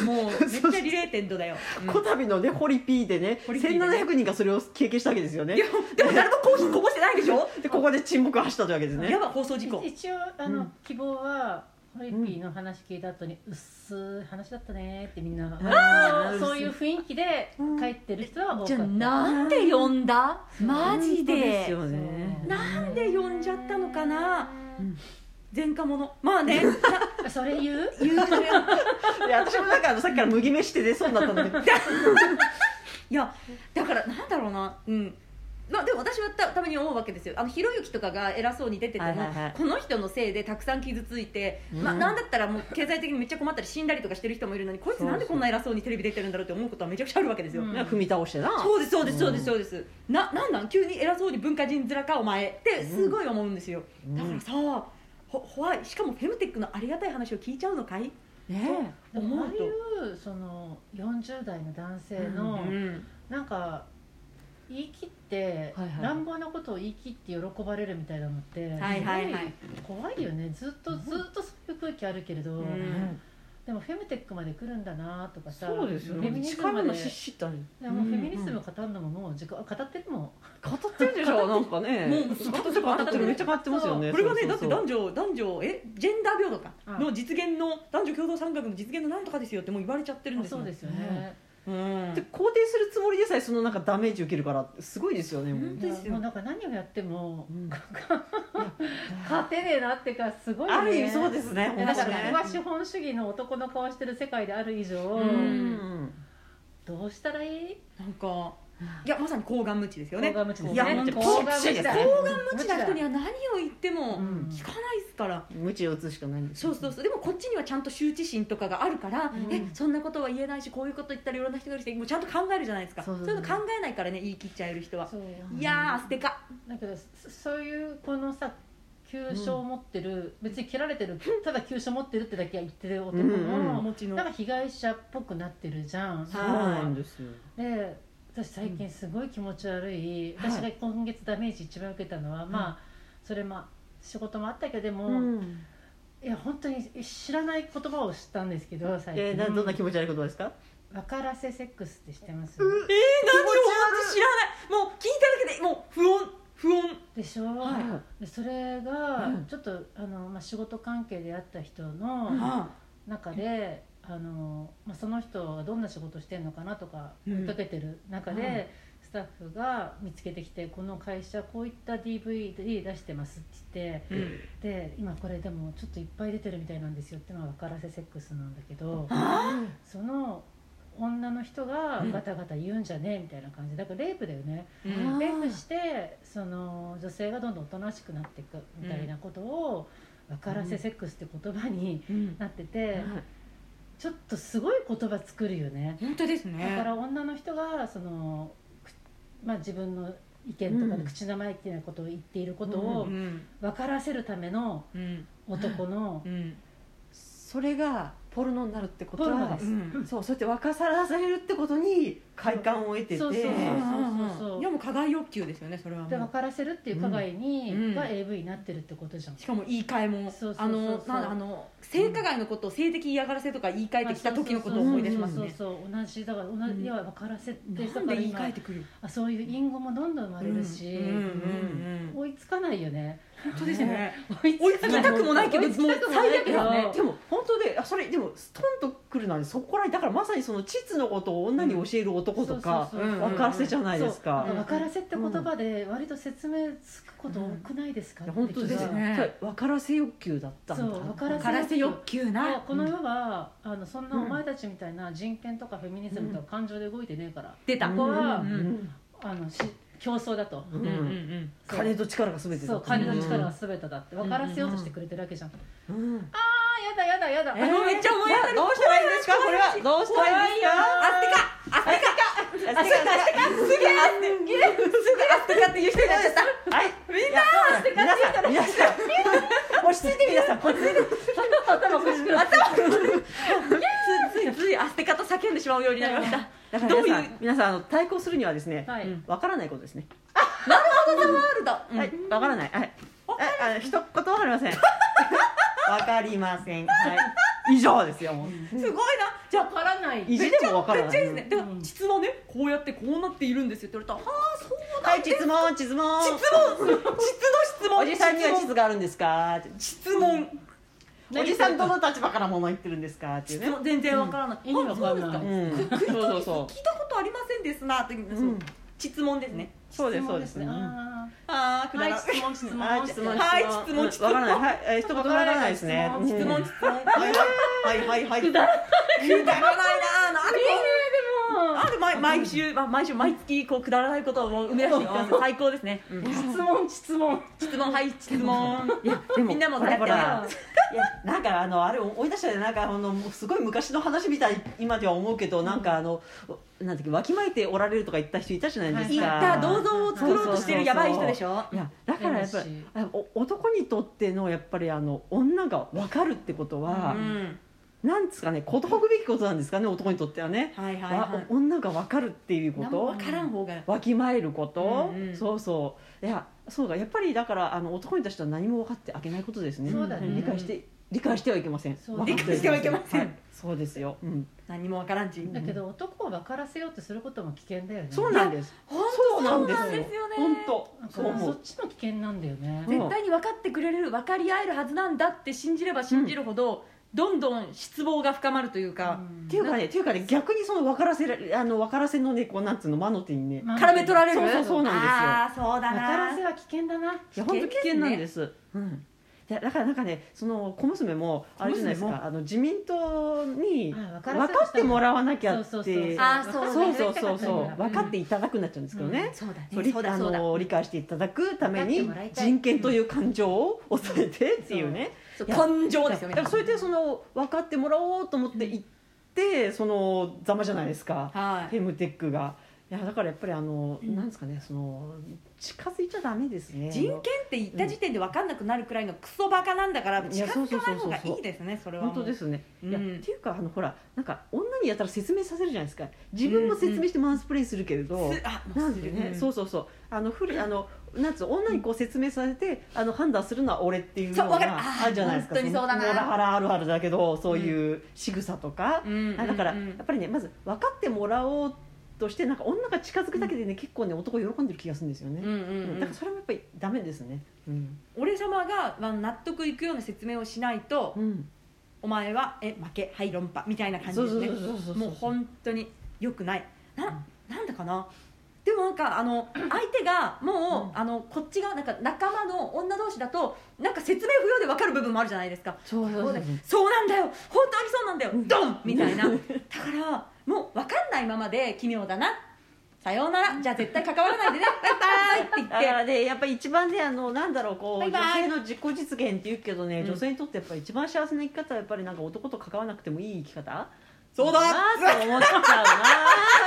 Speaker 2: もうめっちゃリレーテンドだよ、うん
Speaker 3: こたびのねホリピーでね
Speaker 2: ホリピーでね
Speaker 3: 1700人がそれを経験したわけですよね
Speaker 2: いやでも誰もコーヒーこぼしてないでしょ
Speaker 3: でここで沈黙を発したというわけですね
Speaker 2: やばい放送事故
Speaker 4: 一応あの、希望はホイピーの話聞いた後に、うっすい話だったねってみんなあのそういう雰囲気で帰ってる人は多かった、
Speaker 2: じゃあなんで呼んだマジ
Speaker 5: 本当です
Speaker 2: で
Speaker 5: よね
Speaker 4: そう
Speaker 2: なんで呼んじゃったのかな前科者まあね
Speaker 4: それ言う
Speaker 2: 言う
Speaker 3: いや私もなんかあのさっきから麦飯って出そうになったので
Speaker 2: いやだからなんだろうなうんまあ、でも私はたたまに思うわけですよあのひろゆきとかが偉そうに出てても、
Speaker 3: はいはいはい
Speaker 2: この人のせいでたくさん傷ついて、まあ、
Speaker 3: うん
Speaker 2: なんだったらもう経済的にめっちゃ困ったり死んだりとかしてる人もいるのにこいつなんでこんな偉そうにテレビ出てるんだろうって思うことはめちゃくちゃあるわけですよ、
Speaker 4: うん
Speaker 3: なんか踏み倒してな
Speaker 2: そうですそうですそうですそうです、ななんなん急に偉そうに文化人面かお前ってすごい思うんですよ、だからさほ怖いしかもフェムテックのありがたい話を聞いちゃうのかい
Speaker 5: ね
Speaker 4: でもあ
Speaker 2: 思う
Speaker 4: あいうその40代の男性の、
Speaker 2: うん
Speaker 4: なんか言い切って、
Speaker 5: はいはい
Speaker 4: 乱暴なことを言い切って喜ばれるみたいなのって、
Speaker 2: はいはいはい
Speaker 4: すごい怖いよねずっとずっとそういう空気あるけれど、
Speaker 2: うん
Speaker 4: でもフェムテックまで来るんだなとかさ
Speaker 5: そうですよ
Speaker 4: フェミニズムま
Speaker 5: 力
Speaker 4: で
Speaker 5: のししったね
Speaker 4: でもフェミニズム語るのももう自己語ってるもん
Speaker 5: 語ってるでしょなんかね
Speaker 2: もう
Speaker 5: 語ってる語ってるめっちゃ語ってますよね
Speaker 2: これがね
Speaker 5: そ
Speaker 2: だ
Speaker 5: う
Speaker 2: っ
Speaker 5: そ
Speaker 2: て
Speaker 5: うそう
Speaker 2: 男女男女えジェンダー平等か
Speaker 4: うん
Speaker 2: の実現の男女共同参画の実現のなんとかですよってもう言われちゃってるんです、
Speaker 4: そうですすよね、
Speaker 2: うん
Speaker 3: で肯定するつもりでさえそのなんかダメージ受けるからすごいですよねもう
Speaker 2: うん
Speaker 4: だから
Speaker 2: ですよ
Speaker 4: もうなんか何をやっても、
Speaker 3: ん
Speaker 4: 勝てねえなっていうかすごいよ
Speaker 3: あ
Speaker 4: ね
Speaker 3: る意味そうですね
Speaker 4: だから
Speaker 3: 本当
Speaker 4: 僕
Speaker 3: ね
Speaker 4: は資本主義の男の顔してる世界である以上、
Speaker 3: うん
Speaker 4: どうしたらいい
Speaker 2: なんかいやまさに高顔無知ですよね
Speaker 4: ガムチですね
Speaker 3: いや本当に
Speaker 4: 抗がん無知だ
Speaker 3: 抗
Speaker 2: 無知な人には何を言っても
Speaker 4: うん
Speaker 2: 聞かないですから、
Speaker 3: 無知を打つしかないんです
Speaker 2: そうそうそうでもこっちにはちゃんと羞恥心とかがあるから、
Speaker 4: うん
Speaker 2: えそんなことは言えないしこういうこと言ったらいろんな人がいるしもうちゃんと考えるじゃないですか
Speaker 3: そ
Speaker 2: そうう
Speaker 3: そうそう
Speaker 2: いうの考えないからね言い切っちゃえる人は
Speaker 4: そう
Speaker 2: いやー捨てか
Speaker 4: だけどそそういうこのさ急所を持ってる、別に蹴られてるただ急所持ってるってだけは言ってる男
Speaker 3: うん
Speaker 2: お
Speaker 4: も、
Speaker 2: 餅の
Speaker 4: なんか被害者っぽくなってるじゃん、
Speaker 3: そうなんですよ
Speaker 4: で私最近すごい気持ち悪い、
Speaker 3: はい
Speaker 4: 私が今月ダメージ一番受けたのは、まあそれまあ仕事もあったけどでも、
Speaker 3: うん
Speaker 4: いや本当に知らない言葉を知ったんですけど最近、
Speaker 3: えーなどんな気持ち悪いことですか
Speaker 4: 分からせセックスって知ってます
Speaker 2: えー、何を私知らないもう聞いただけでもう不穏不穏
Speaker 4: でしょ、
Speaker 2: は
Speaker 4: でそれがちょっと、あのまあ、仕事関係であった人の
Speaker 2: あ
Speaker 4: 中で、あのまあ、その人がどんな仕事してるのかなとか
Speaker 2: うん
Speaker 4: 追いかけてる中で、スタッフが見つけてきて「この会社こういった DVD 出してます」って言って、で今これでもちょっといっぱい出てるみたいなんですよってのは分からせセックスなんだけ どその女の人がガタガタ言うんじゃねえみたいな感じだからレイプだよね。
Speaker 6: あー
Speaker 4: レイプしてその女性がどんどんおとなしくなっていくみたいなことを分からせセックスって言葉に
Speaker 2: うん
Speaker 4: なってて、
Speaker 7: はい
Speaker 4: ちょっとすごい言葉作るよね。
Speaker 2: 本当です
Speaker 4: だ
Speaker 2: ね
Speaker 4: から女の人がその、くまあ、自分の意見とかで口生意気なことを言っていること
Speaker 2: う
Speaker 4: を
Speaker 2: ん
Speaker 4: 分からせるための
Speaker 2: うん
Speaker 4: 男の
Speaker 2: うん
Speaker 3: それがポルノになるってこと
Speaker 4: ポルノ
Speaker 3: は
Speaker 4: で
Speaker 2: う
Speaker 4: す。
Speaker 2: ん
Speaker 3: そうそうやって若さらされるってことに快感を得てて
Speaker 4: そうそうそうそう
Speaker 2: い
Speaker 4: そ
Speaker 2: や
Speaker 4: う
Speaker 2: もう加害欲求ですよねそれはも
Speaker 4: で分
Speaker 2: う
Speaker 4: からせるっていう加害に、
Speaker 2: うん
Speaker 4: が AV になってるってことじゃん。
Speaker 2: しかも言い換えも
Speaker 4: そうそうそうそう
Speaker 2: あのなんだあの性加害のことを性的嫌がらせとか言い換えてきた時のことを思い出しますね
Speaker 4: そうそうそう同じだから同
Speaker 2: うん
Speaker 4: じいわばからせってだ
Speaker 2: な
Speaker 4: か
Speaker 2: ん
Speaker 4: ら
Speaker 2: で言い
Speaker 4: 今
Speaker 2: 換えてくる
Speaker 4: あそういう隠語もどんどん生まれるし、
Speaker 2: うんうんうんうん
Speaker 4: 追いつかないよね
Speaker 2: 本当ですね
Speaker 4: 追い
Speaker 2: 追いつきたくもないけど
Speaker 4: 追
Speaker 2: もう
Speaker 4: つきたくもない
Speaker 2: 最悪
Speaker 4: け
Speaker 2: だ
Speaker 4: ど
Speaker 2: ね
Speaker 3: でも本当であそれでもストンとくるなんでそこらへんだからまさにその膣のことを女に教える男とか
Speaker 4: そうそうそう
Speaker 2: わ
Speaker 3: 分からせじゃないですか
Speaker 4: そうなん分からせって言葉で割と説明つくこと多くないですか、
Speaker 3: いや本当です
Speaker 4: って気が
Speaker 2: ね
Speaker 3: ね分からせ欲求だったんだ
Speaker 4: そう分から
Speaker 2: からせ欲求
Speaker 4: いや
Speaker 2: な
Speaker 4: この世は、あのそんなお前たちみたいな人権とかフェミニズムとか感情で動いてねえから、
Speaker 2: 出た
Speaker 4: ここは、
Speaker 2: うん
Speaker 3: うん
Speaker 4: あのし競争だと、
Speaker 2: うんうん
Speaker 4: そう
Speaker 3: 金と力が全てだ
Speaker 4: そう金の力が全てだって分からせようとしてくれてるわけじゃん、
Speaker 3: うん
Speaker 4: あやだやだやだ、
Speaker 2: うんあのめっちゃ思い当たる
Speaker 3: どうしたらいいんですかこれはどうしたらいいんですか
Speaker 2: あってか
Speaker 3: あすぐあ
Speaker 2: あってかっていう人になっちゃった
Speaker 3: はいみんな皆さん皆さん落ち着いて皆さん落ち着いて
Speaker 4: 頭おかしくなって
Speaker 2: ついついあってかと叫んでしまうようになりました
Speaker 3: だから皆さ
Speaker 2: どうい
Speaker 3: ん皆さんあの対抗するにはですね
Speaker 4: はい、
Speaker 2: うん
Speaker 3: 分からないことですね
Speaker 2: ワールド
Speaker 3: はい、わからない。はい。あ、あ、一言もありません。わかりません。はい。以上ですよ。もう
Speaker 2: すごいなじゃあ
Speaker 4: 分からない
Speaker 3: 意地でもわから
Speaker 2: めっ
Speaker 3: な
Speaker 2: ちゃいい
Speaker 3: い。
Speaker 2: ですねでも実はねこうやってこうなっているんですよって言われたらはあそう
Speaker 3: はい、質問、質問。
Speaker 2: 質問
Speaker 3: おじさんには
Speaker 2: 質
Speaker 3: 質があるんですか。
Speaker 2: 問
Speaker 3: おじさんどの立場からもの言ってるんですかっていう
Speaker 2: 質
Speaker 3: ね。
Speaker 2: 問全然わからない、
Speaker 4: 意味わかんない
Speaker 2: あそう
Speaker 3: う
Speaker 2: で
Speaker 3: ん。そうそうそ
Speaker 2: すか聞いたことありませんですなって言うんですよ
Speaker 3: うん
Speaker 2: 質問ですね
Speaker 3: う。そうです、そうです。うん
Speaker 4: あ
Speaker 2: ああくだ
Speaker 4: ー
Speaker 2: ら
Speaker 4: は
Speaker 2: ない
Speaker 4: い質問質問
Speaker 3: はい、質問。
Speaker 2: はい質問
Speaker 3: うん
Speaker 2: 質問
Speaker 3: わからない。はい、えー一言もわからないですね。
Speaker 2: 質問
Speaker 3: うん
Speaker 2: 質問
Speaker 3: はい、はい、はい、はい。
Speaker 2: くだらないなある
Speaker 4: もう
Speaker 2: ある毎毎週まあ毎週毎月こうくだらないことをもう生み出していきます最高ですね
Speaker 4: 質問質問
Speaker 2: 質問はい質問
Speaker 3: いや、でも
Speaker 2: みんなも
Speaker 3: ほらほら
Speaker 2: だっ
Speaker 3: いやなんかあのあれ思い出したねなんかあのすごい昔の話みたい今では思うけどなんかあのなんだっけわきまえておられるとか言った人いたじゃないです
Speaker 2: 行
Speaker 3: か。
Speaker 2: った銅像を作ろうとしてるやばい人でしょ
Speaker 3: いやだからやっぱり
Speaker 4: MC
Speaker 3: あお男にとってのやっぱりあの女が分かるってこと
Speaker 2: う
Speaker 3: は、
Speaker 2: ん
Speaker 3: なんですかねことほぐべきことなんですかね男にとってはね、
Speaker 2: はいはいはい
Speaker 3: わ女が分かるっていうこ
Speaker 2: 何
Speaker 3: と
Speaker 2: もわからん方が
Speaker 3: わきまえること、
Speaker 2: うんうん
Speaker 3: そうそういやそうだやっぱりだからあの男に対しては何も分かってあげないことですね
Speaker 4: そうだね
Speaker 3: ん理解して理解してはいけません
Speaker 4: そう
Speaker 3: 分かっ
Speaker 2: 理解してはいけません
Speaker 3: はそうですよ、うん、
Speaker 2: 何もわからんち
Speaker 4: だけど男を分からせようとすることも危険だよね
Speaker 3: そうなんです
Speaker 2: 本
Speaker 3: そう
Speaker 2: 当
Speaker 3: な
Speaker 2: そ
Speaker 3: ん
Speaker 2: う
Speaker 3: ですよ
Speaker 2: なんですよね
Speaker 3: 本当
Speaker 4: なんか
Speaker 3: そう思
Speaker 4: そうっちの危険なんだよね
Speaker 3: うん
Speaker 2: 絶対に分かってくれる分かり合えるはずなんだって信じれば信じるほど、どんどん失望が深まるというか、
Speaker 3: っていうかねっていうかね逆にその分からせらあの分からせのねこうなんつうの魔の手にね、
Speaker 4: まあ
Speaker 2: 絡め取られる
Speaker 3: そうそうそうなんですよ
Speaker 2: ああそうだ
Speaker 4: 分から
Speaker 2: な
Speaker 4: せは危険だない
Speaker 3: や本当危険なんです。うん。いやだからなんかねその小娘もあれじゃないです
Speaker 2: 小娘
Speaker 3: かあの自民党に
Speaker 4: あ
Speaker 3: 分
Speaker 4: 分
Speaker 3: か
Speaker 4: からせとしたの
Speaker 3: ってもらわなきゃって
Speaker 4: そうそうそう
Speaker 2: あーそう
Speaker 3: そうそうそうそう
Speaker 4: 分
Speaker 3: 分かっていただくなっちゃうんですけどね。
Speaker 2: そうだね
Speaker 3: そう理
Speaker 2: そう
Speaker 3: あ
Speaker 2: だそうだ
Speaker 3: の理解していただくため
Speaker 4: 分
Speaker 3: に
Speaker 4: かってもらいたい
Speaker 3: 人権という感情を抑えてっていうね。
Speaker 2: そう
Speaker 3: いや
Speaker 2: 感情ですよ
Speaker 3: だ
Speaker 2: ね
Speaker 3: からそうやってその分かってもらおうと思って行ってそのざまじゃないですか。
Speaker 2: は
Speaker 3: フェムテックが。いやだからやっぱりあの、なんですかねその近づいちゃダメですね。
Speaker 2: い人権って言った時点で分かんなくなるくらいのクソバカなんだから
Speaker 3: い
Speaker 2: 近
Speaker 3: やそう
Speaker 2: づ
Speaker 3: そう
Speaker 2: か
Speaker 3: そう
Speaker 2: ない
Speaker 3: そ
Speaker 2: 方
Speaker 3: う
Speaker 2: がいいですねそれはも
Speaker 3: 本
Speaker 2: う
Speaker 3: 当ですね、
Speaker 2: うん
Speaker 3: いやっていうかあのほらなんか女にやったら説明させるじゃないですか自分も説明してマウスプレイするけれど、
Speaker 2: すあ
Speaker 3: なんでね、
Speaker 2: うん
Speaker 3: そうそうそうあのふりあのなんつうの女にこう説明されて、あの判断するのは俺っていうよ
Speaker 2: そう
Speaker 3: う
Speaker 2: わかるあ
Speaker 3: な
Speaker 2: ー
Speaker 3: あるじゃないですか
Speaker 2: 本当にそうだな
Speaker 3: のモラハラあるあるだけどそういう仕草とか、
Speaker 2: うん
Speaker 3: あだから、
Speaker 2: うんうん
Speaker 3: やっぱりねまず分かってもらおうとしてなんか女が近づくだけでね、結構ね男喜んでる気がするんですよね、
Speaker 2: うんうんうん
Speaker 3: だからそれもやっぱりダメですねうん、
Speaker 2: 俺様がまあ納得いくような説明をしないと、
Speaker 3: うん、
Speaker 2: お前はえ負けはい論破みたいな感じですね
Speaker 3: そうそうそうそうそう
Speaker 2: もう本当によくないななんだかなでもなんかあ の相手がもう、あのこっち側なんか仲間の女同士だとなんか説明不要で分かる部分もあるじゃないですか
Speaker 3: そうそうそう
Speaker 2: そうなんだよ本当にそうなんだよドンみた いなだからもう分かんないままで奇妙だなさようならじゃあ絶対関わらないでねバイバイって言っ
Speaker 3: あーでやっぱり一番ねあのなんだろうこう
Speaker 2: バイバイ
Speaker 3: 女性の自己実現って言うけどね、女性にとってやっぱり一番幸せな生き方はやっぱりなんか男と関わらなくてもいい生き方そうだなーって思っちゃうな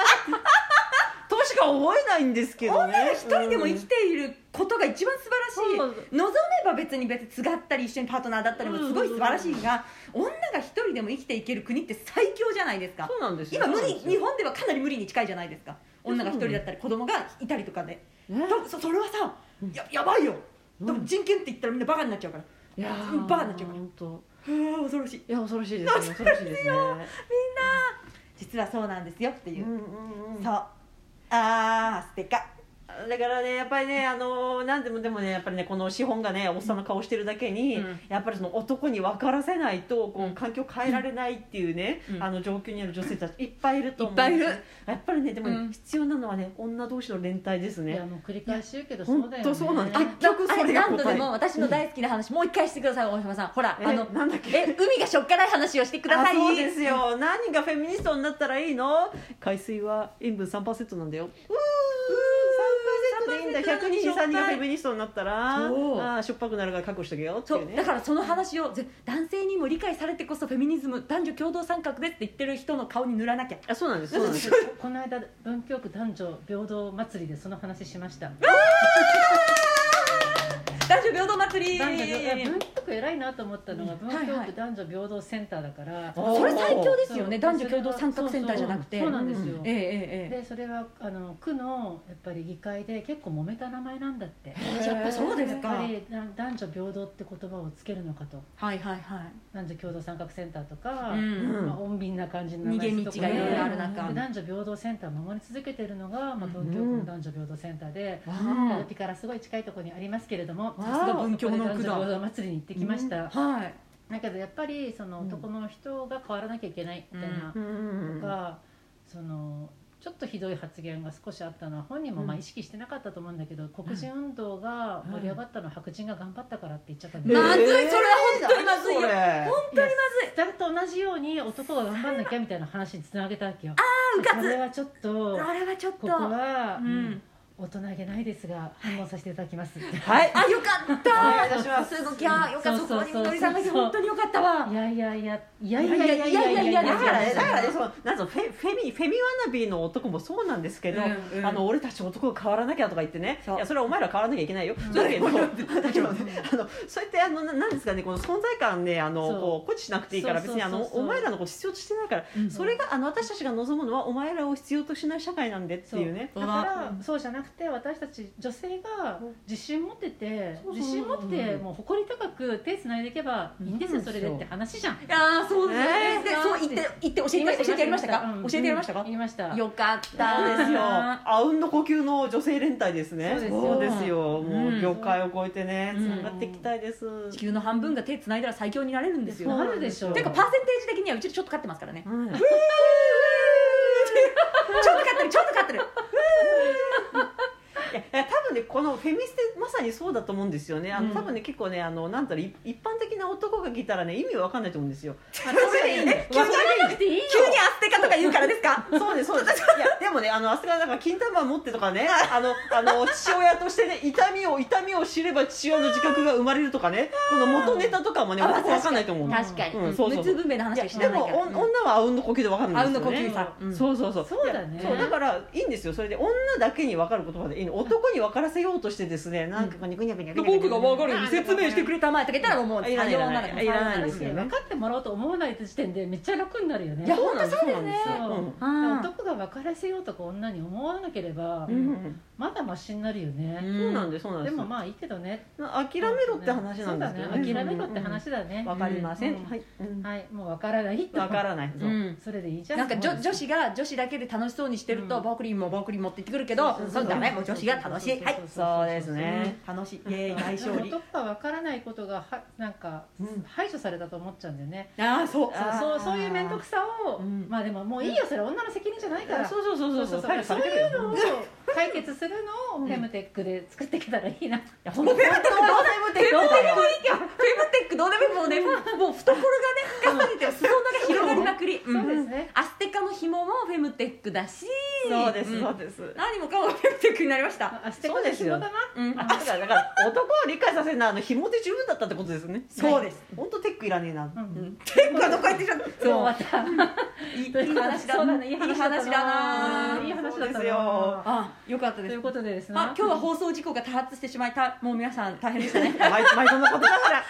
Speaker 3: ーとしか思えないんですけどね
Speaker 2: て一人でも生きていることが一番素晴らしい、
Speaker 3: うん
Speaker 2: 望めば別に別につがったり一緒にパートナーだったりもすごい素晴らしいが、女が一人でも生きていける国って最強じゃないですか
Speaker 3: そうなんですよ
Speaker 2: 今無理
Speaker 3: そうなんです
Speaker 2: 日
Speaker 3: よ
Speaker 2: 本ではかなり無理に近いじゃないですか女が一人だったり子供がいたりとかで、とそそれはさややばいよ、でも人権って言ったらみんなバカになっちゃうから
Speaker 3: いや
Speaker 2: うんバーになっちゃうから
Speaker 3: 本当
Speaker 2: うわ恐ろしい
Speaker 3: いや恐ろしいですね恐ろし いですね
Speaker 2: 実はそうなんですよっていうう、
Speaker 3: んうんうん
Speaker 2: そうああステカ
Speaker 3: だからねやっぱりねあのなんでもでもねやっぱりねこの資本がねおっさんの顔してるだけに、
Speaker 8: うん
Speaker 3: やっぱりその男に分からせないとこ
Speaker 8: う
Speaker 3: うん環境変えられないっていうね、
Speaker 8: うん
Speaker 3: あの状況にある女性たちいっぱいいると思う
Speaker 8: いっぱいいる
Speaker 3: やっぱりねでもね、
Speaker 8: うん
Speaker 3: 必要なのはね女同士の連帯です
Speaker 4: い
Speaker 3: ね
Speaker 4: やもう繰り返し言うけどそ
Speaker 3: 本
Speaker 4: うだよ
Speaker 3: 当
Speaker 4: ね
Speaker 3: そうなんです
Speaker 4: あ
Speaker 3: 結局それが
Speaker 2: あれ何度
Speaker 3: 答
Speaker 2: で
Speaker 3: え
Speaker 2: も私の大好きな話、もう一回してください大島さんほら
Speaker 3: え
Speaker 2: あの
Speaker 3: なんだっけ
Speaker 2: え海がしょっからい話をしてください
Speaker 3: あそうですよ何がフェミニストになったらいいの海水は塩分3%なんだようー3%でいいんだ123人がフェミニストになったらあ
Speaker 2: そう
Speaker 3: ーしょっぱくなるから覚悟しとけよって
Speaker 2: そ
Speaker 3: いう
Speaker 2: う
Speaker 3: ね
Speaker 2: だからその話をぜ男性にも理解されてこそフェミニズム男女共同参画でって言ってる人の顔に塗らなきゃ
Speaker 3: あそうなんですそうなんです
Speaker 4: ここの間文京区男女平等祭りでその話しました
Speaker 2: 男女平等祭り
Speaker 4: 男女いや文京区偉いなと思ったのが文京区男女平等センターだから、
Speaker 3: おー
Speaker 2: それ最強ですよね
Speaker 4: そう
Speaker 2: 男女共同参画センターじゃなくて
Speaker 4: そうそうそうなんです
Speaker 2: え
Speaker 4: よ、
Speaker 2: ええええ
Speaker 4: でそれはあの区のやっぱり議会で結構揉めた名前なんだって
Speaker 2: えやっぱそうです
Speaker 4: やっぱ
Speaker 2: か
Speaker 4: りな男女平等って言葉をつけるのかと
Speaker 2: はいはいはい
Speaker 4: 男女共同参画センターとか、
Speaker 2: うん
Speaker 4: まあ、穏便な感じの名前
Speaker 2: 逃げ道がいろいろある中
Speaker 4: で男女平等センターを守り続けているのが、まあ、文京区の男女平等センターで、
Speaker 2: ん
Speaker 4: ピからすごい近いところにありますけれども
Speaker 3: わあ
Speaker 4: さすが
Speaker 2: 文京の区だ
Speaker 4: 男女平等祭りに行ってきました、
Speaker 2: はい
Speaker 4: だけどやっぱりその
Speaker 3: うん
Speaker 4: 男の人が変わらなきゃいけないみたいな
Speaker 3: うんうんうん
Speaker 4: とか、そのちょっとひどい発言が少しあったのは本人もまあ意識してなかったと思うんだけど、黒人運動が盛り上がったのは白人が頑張ったからって言っちゃったんで、
Speaker 2: まずいそれは
Speaker 3: 本
Speaker 2: 本当にまずいよ
Speaker 4: 本当にまずい誰と同じように男が頑張んなきゃみたいな話につなげたわけよああうかつこれはちょっと
Speaker 2: あれはちょっ
Speaker 4: こ
Speaker 2: と
Speaker 4: こは、
Speaker 2: ん
Speaker 4: 大人げないですが反問させていただきますって、
Speaker 3: はい
Speaker 2: あよかっ
Speaker 3: お願いいた
Speaker 2: た
Speaker 3: します
Speaker 2: すごきゃよかった
Speaker 4: そう
Speaker 2: そ
Speaker 4: そう
Speaker 2: こ
Speaker 4: そう
Speaker 2: にみどりさんがいて本当によかったわ
Speaker 4: いやいやいやいやいやいやいやいやいやいや
Speaker 2: いやいやいやいやいやいや
Speaker 3: だからねだからね
Speaker 4: い
Speaker 3: そのなんぞフェフェミフェミワナビーの男もそうなんですけど、
Speaker 2: うんうん
Speaker 3: あの俺たち男が変わらなきゃとか言ってね
Speaker 2: そう
Speaker 3: いやそれはお前ら変わらなきゃいけないよ、そうだけど だけどねあのそうやってあのななんですかねこの存在感ねあの
Speaker 4: そう
Speaker 3: こう誇示しなくていいから別に
Speaker 4: そ
Speaker 3: あ
Speaker 4: うそうそう
Speaker 3: の
Speaker 4: そう
Speaker 3: お前らのこと必要としてないから、それがあの私たちが望むのはお前らを必要としない社会なんでっていうね
Speaker 4: だからそうじゃなくて私たち女性が自信持ってて
Speaker 3: そうそう
Speaker 4: 自信持ってもう誇り高く手つないでいけばいいんですよ
Speaker 3: うん
Speaker 4: それでって話じゃん
Speaker 2: いやーそうですよ
Speaker 3: ね
Speaker 2: ね。でそう言って言って教えて教えてやりましたか
Speaker 4: うん。
Speaker 2: 教えてやりましたか
Speaker 4: 言。いました
Speaker 2: よかっ
Speaker 3: そ
Speaker 2: た
Speaker 3: うですよ。 あうんの呼吸の女性連帯ですね。
Speaker 4: そうですよ
Speaker 3: ですよ。もううん業界を超えてね、
Speaker 2: うん
Speaker 3: つながっていきた いです。
Speaker 2: 地球の半分が手繋いだら最強になれるんですよ。
Speaker 4: なるでしょう
Speaker 2: ていうかパーセンテージ的にはうちちょっと勝ってますからね。
Speaker 3: うん
Speaker 2: ちょっと勝ってるちょっと勝ってる。
Speaker 3: いやいや多分ねこのフェミステまさにそうだと思うんですよねあの、
Speaker 2: うん
Speaker 3: 多分ね結構ねあのなんだろうい一般的な男が聞いたらね意味わかんないと思うんです よ
Speaker 4: まあ確かに
Speaker 3: え
Speaker 4: 分からなくていいよ
Speaker 2: 急にアステカとか言うからですか。
Speaker 3: そうですそうですいやでもねあのあすがなんか金玉持ってとかねあのあの父親としてね痛みを痛みを知れば父親の自覚が生まれるとかねこの元ネタとかもね
Speaker 2: あ
Speaker 3: 僕わかんないと思う
Speaker 2: 確かに。
Speaker 3: うん
Speaker 2: 無
Speaker 3: そうそう
Speaker 2: 痛分娩の
Speaker 3: い
Speaker 2: 話
Speaker 3: や
Speaker 2: は知
Speaker 3: で
Speaker 2: らない
Speaker 3: も
Speaker 2: か
Speaker 3: お
Speaker 2: ら。
Speaker 3: ん女はあうんの呼吸でわかるんで
Speaker 2: あ
Speaker 3: す
Speaker 2: うんの呼
Speaker 3: よね
Speaker 2: 吸さ。うん
Speaker 3: そうそうそう
Speaker 4: そうだね
Speaker 3: いやそうだからいいんですよそれで女だけに分かる言葉でいいの男に分からせようとしてですねなんかこうニコニコニコニコニコ
Speaker 2: 僕が分かるように説明してくれたまえとか言ったらもう
Speaker 3: いらない
Speaker 2: 採用なの
Speaker 3: いらないですよね
Speaker 4: 分かってもらおうと思わない時点でめっちゃ楽になるよね
Speaker 2: いや
Speaker 3: そうなんですそうなんです
Speaker 4: そう
Speaker 3: うん
Speaker 2: うん。
Speaker 4: 男が別れせようとか女に思わなければ、
Speaker 3: うん
Speaker 4: まだマシになるよね、
Speaker 3: そうなんですそうなん
Speaker 4: で
Speaker 3: です
Speaker 4: もまあいいけどね
Speaker 3: 諦めろって話なんですけど
Speaker 4: そうだね諦めろって話だね、
Speaker 3: わかりません
Speaker 4: うん
Speaker 3: はいうん
Speaker 4: はいもう分からないと
Speaker 3: わからないそううん
Speaker 4: それでいいじゃん
Speaker 2: なんか女
Speaker 4: そう
Speaker 2: 女子が女子だけで楽しそうにしてると、
Speaker 4: うん
Speaker 2: バークリーもバークリー持ってってくるけ
Speaker 4: そ
Speaker 2: ど
Speaker 4: うそう
Speaker 2: そうだねもう女子が楽しいはい
Speaker 3: そうですね
Speaker 2: 楽しいイエーイ大勝利
Speaker 4: 男が分からないことがはなんか
Speaker 3: うん
Speaker 4: 排除されたと思っちゃうんだよね、
Speaker 2: ああそう
Speaker 3: あー
Speaker 4: そうそうそういう面倒くさを、
Speaker 2: うん
Speaker 4: まあでももういいよそれは女の責任じゃないから、
Speaker 3: そうそうそうそ
Speaker 4: そうそ
Speaker 3: う
Speaker 4: うそう
Speaker 3: 配慮されてるよ
Speaker 4: そういうのを解決するのをフェムテックで作っていけたらいいな、
Speaker 3: や本当はどうでもいいどうだよ
Speaker 2: フェムテックどうでもいいもうねもう懐がね深まれて裾野が広がりまくり、うん
Speaker 4: そうですね
Speaker 2: アステカの紐もフェムテックだし
Speaker 3: そうです
Speaker 2: ん
Speaker 3: そうです
Speaker 2: 何もかもフェムテックになりました、
Speaker 4: あアステコの紐だな
Speaker 2: うん、
Speaker 3: あだからだから男を理解させるのはあの紐で十分だったってことですね
Speaker 2: そうです
Speaker 3: 本当テックいらねえな
Speaker 4: うん
Speaker 2: テックはどこやってちゃった
Speaker 4: そうまた
Speaker 2: いいいい話だ
Speaker 4: そうだねいい話だない
Speaker 2: な
Speaker 4: うんいい話だったな
Speaker 3: そうですよ
Speaker 2: あよかったで
Speaker 4: とい
Speaker 2: す
Speaker 4: うことでですね
Speaker 2: あ今日は放送事故が多発してしまいたもう皆さん大変でしたね
Speaker 3: 毎毎度のことだから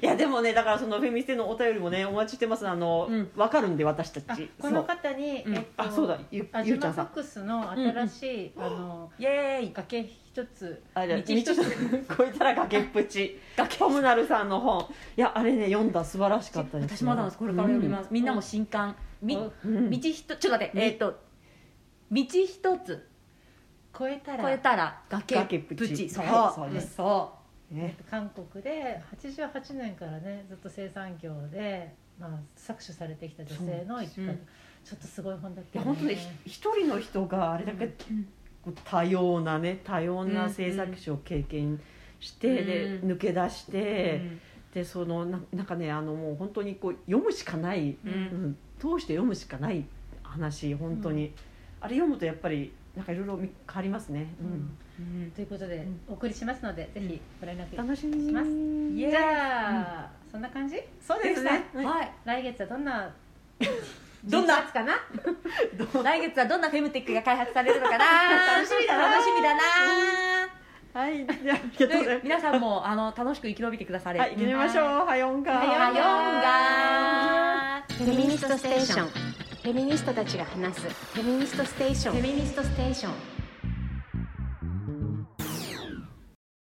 Speaker 3: いやでもねだからそのフェミステのお便りもねお待ちしてますあの、
Speaker 2: うん
Speaker 3: わかるんで私た
Speaker 4: あ
Speaker 3: ち
Speaker 4: この
Speaker 3: そう
Speaker 4: 方に
Speaker 2: うん
Speaker 4: えっと
Speaker 3: あそうだゆ
Speaker 4: ア
Speaker 3: ゆ
Speaker 4: ジ
Speaker 3: うちゃ
Speaker 4: マ
Speaker 3: ん
Speaker 4: ファ
Speaker 3: さ
Speaker 4: ック
Speaker 3: ん
Speaker 4: スの新しい、あの
Speaker 2: イエーイ
Speaker 4: 崖一つ
Speaker 3: あじゃあ
Speaker 4: 道
Speaker 3: 道
Speaker 4: 一
Speaker 3: 一
Speaker 4: つ
Speaker 3: つこいたら崖っぷちポムナルさんの本いやあれね読んだ素晴らしかったです
Speaker 2: 私まだなんですこれから読みます、みんなも新刊み
Speaker 4: お
Speaker 2: 道
Speaker 3: うん
Speaker 2: 一つちょっと待ってえっ、と道一つ
Speaker 4: 超えたら
Speaker 2: 超えたら崖
Speaker 3: 崖っ
Speaker 2: っ
Speaker 3: ぷ
Speaker 2: ぷ
Speaker 3: ち
Speaker 2: ちそう
Speaker 3: は
Speaker 2: そ
Speaker 3: いそう
Speaker 2: う
Speaker 3: で
Speaker 2: ですすそう
Speaker 3: ね
Speaker 4: 韓国で88年からねずっと生産業で、まあ、搾取されてきた女性の一
Speaker 2: う
Speaker 4: 角
Speaker 2: ん
Speaker 4: ちょっとすごい本だっ
Speaker 3: い
Speaker 4: た
Speaker 3: や
Speaker 4: よ
Speaker 3: 本当ねひ一人の人があれだけこう多様なね多様な制作者を経験して、で
Speaker 2: うん
Speaker 3: 抜け出して、でそのななんかねあのもう本当にこう読むしかない、
Speaker 2: うん
Speaker 3: うん通して読むしかない話本当に、あれ読むとやっぱりなんかいろいろみ変わりますね、うん
Speaker 2: うん
Speaker 4: ということで、
Speaker 2: うん
Speaker 4: お送りしますのでぜひご覧なく、
Speaker 3: 楽しみ
Speaker 4: します
Speaker 3: に
Speaker 4: じゃあ、そんな感じ
Speaker 3: そうですね
Speaker 2: はい
Speaker 4: 来月はどんな
Speaker 2: どんな
Speaker 4: 11月かな
Speaker 2: 来月はどんなフェムテックが開発されるのかな
Speaker 3: 楽しみだな
Speaker 2: 楽しみだな
Speaker 3: はいじゃ あありがとうございま
Speaker 2: 皆さんもあの楽しく生き延びてくださ
Speaker 3: す
Speaker 2: れ
Speaker 3: はい行きましょうはよんが
Speaker 2: うんはよんが
Speaker 9: フェミニストステーションフェミニストたちが話すフェミニストステーションフェミニストステーション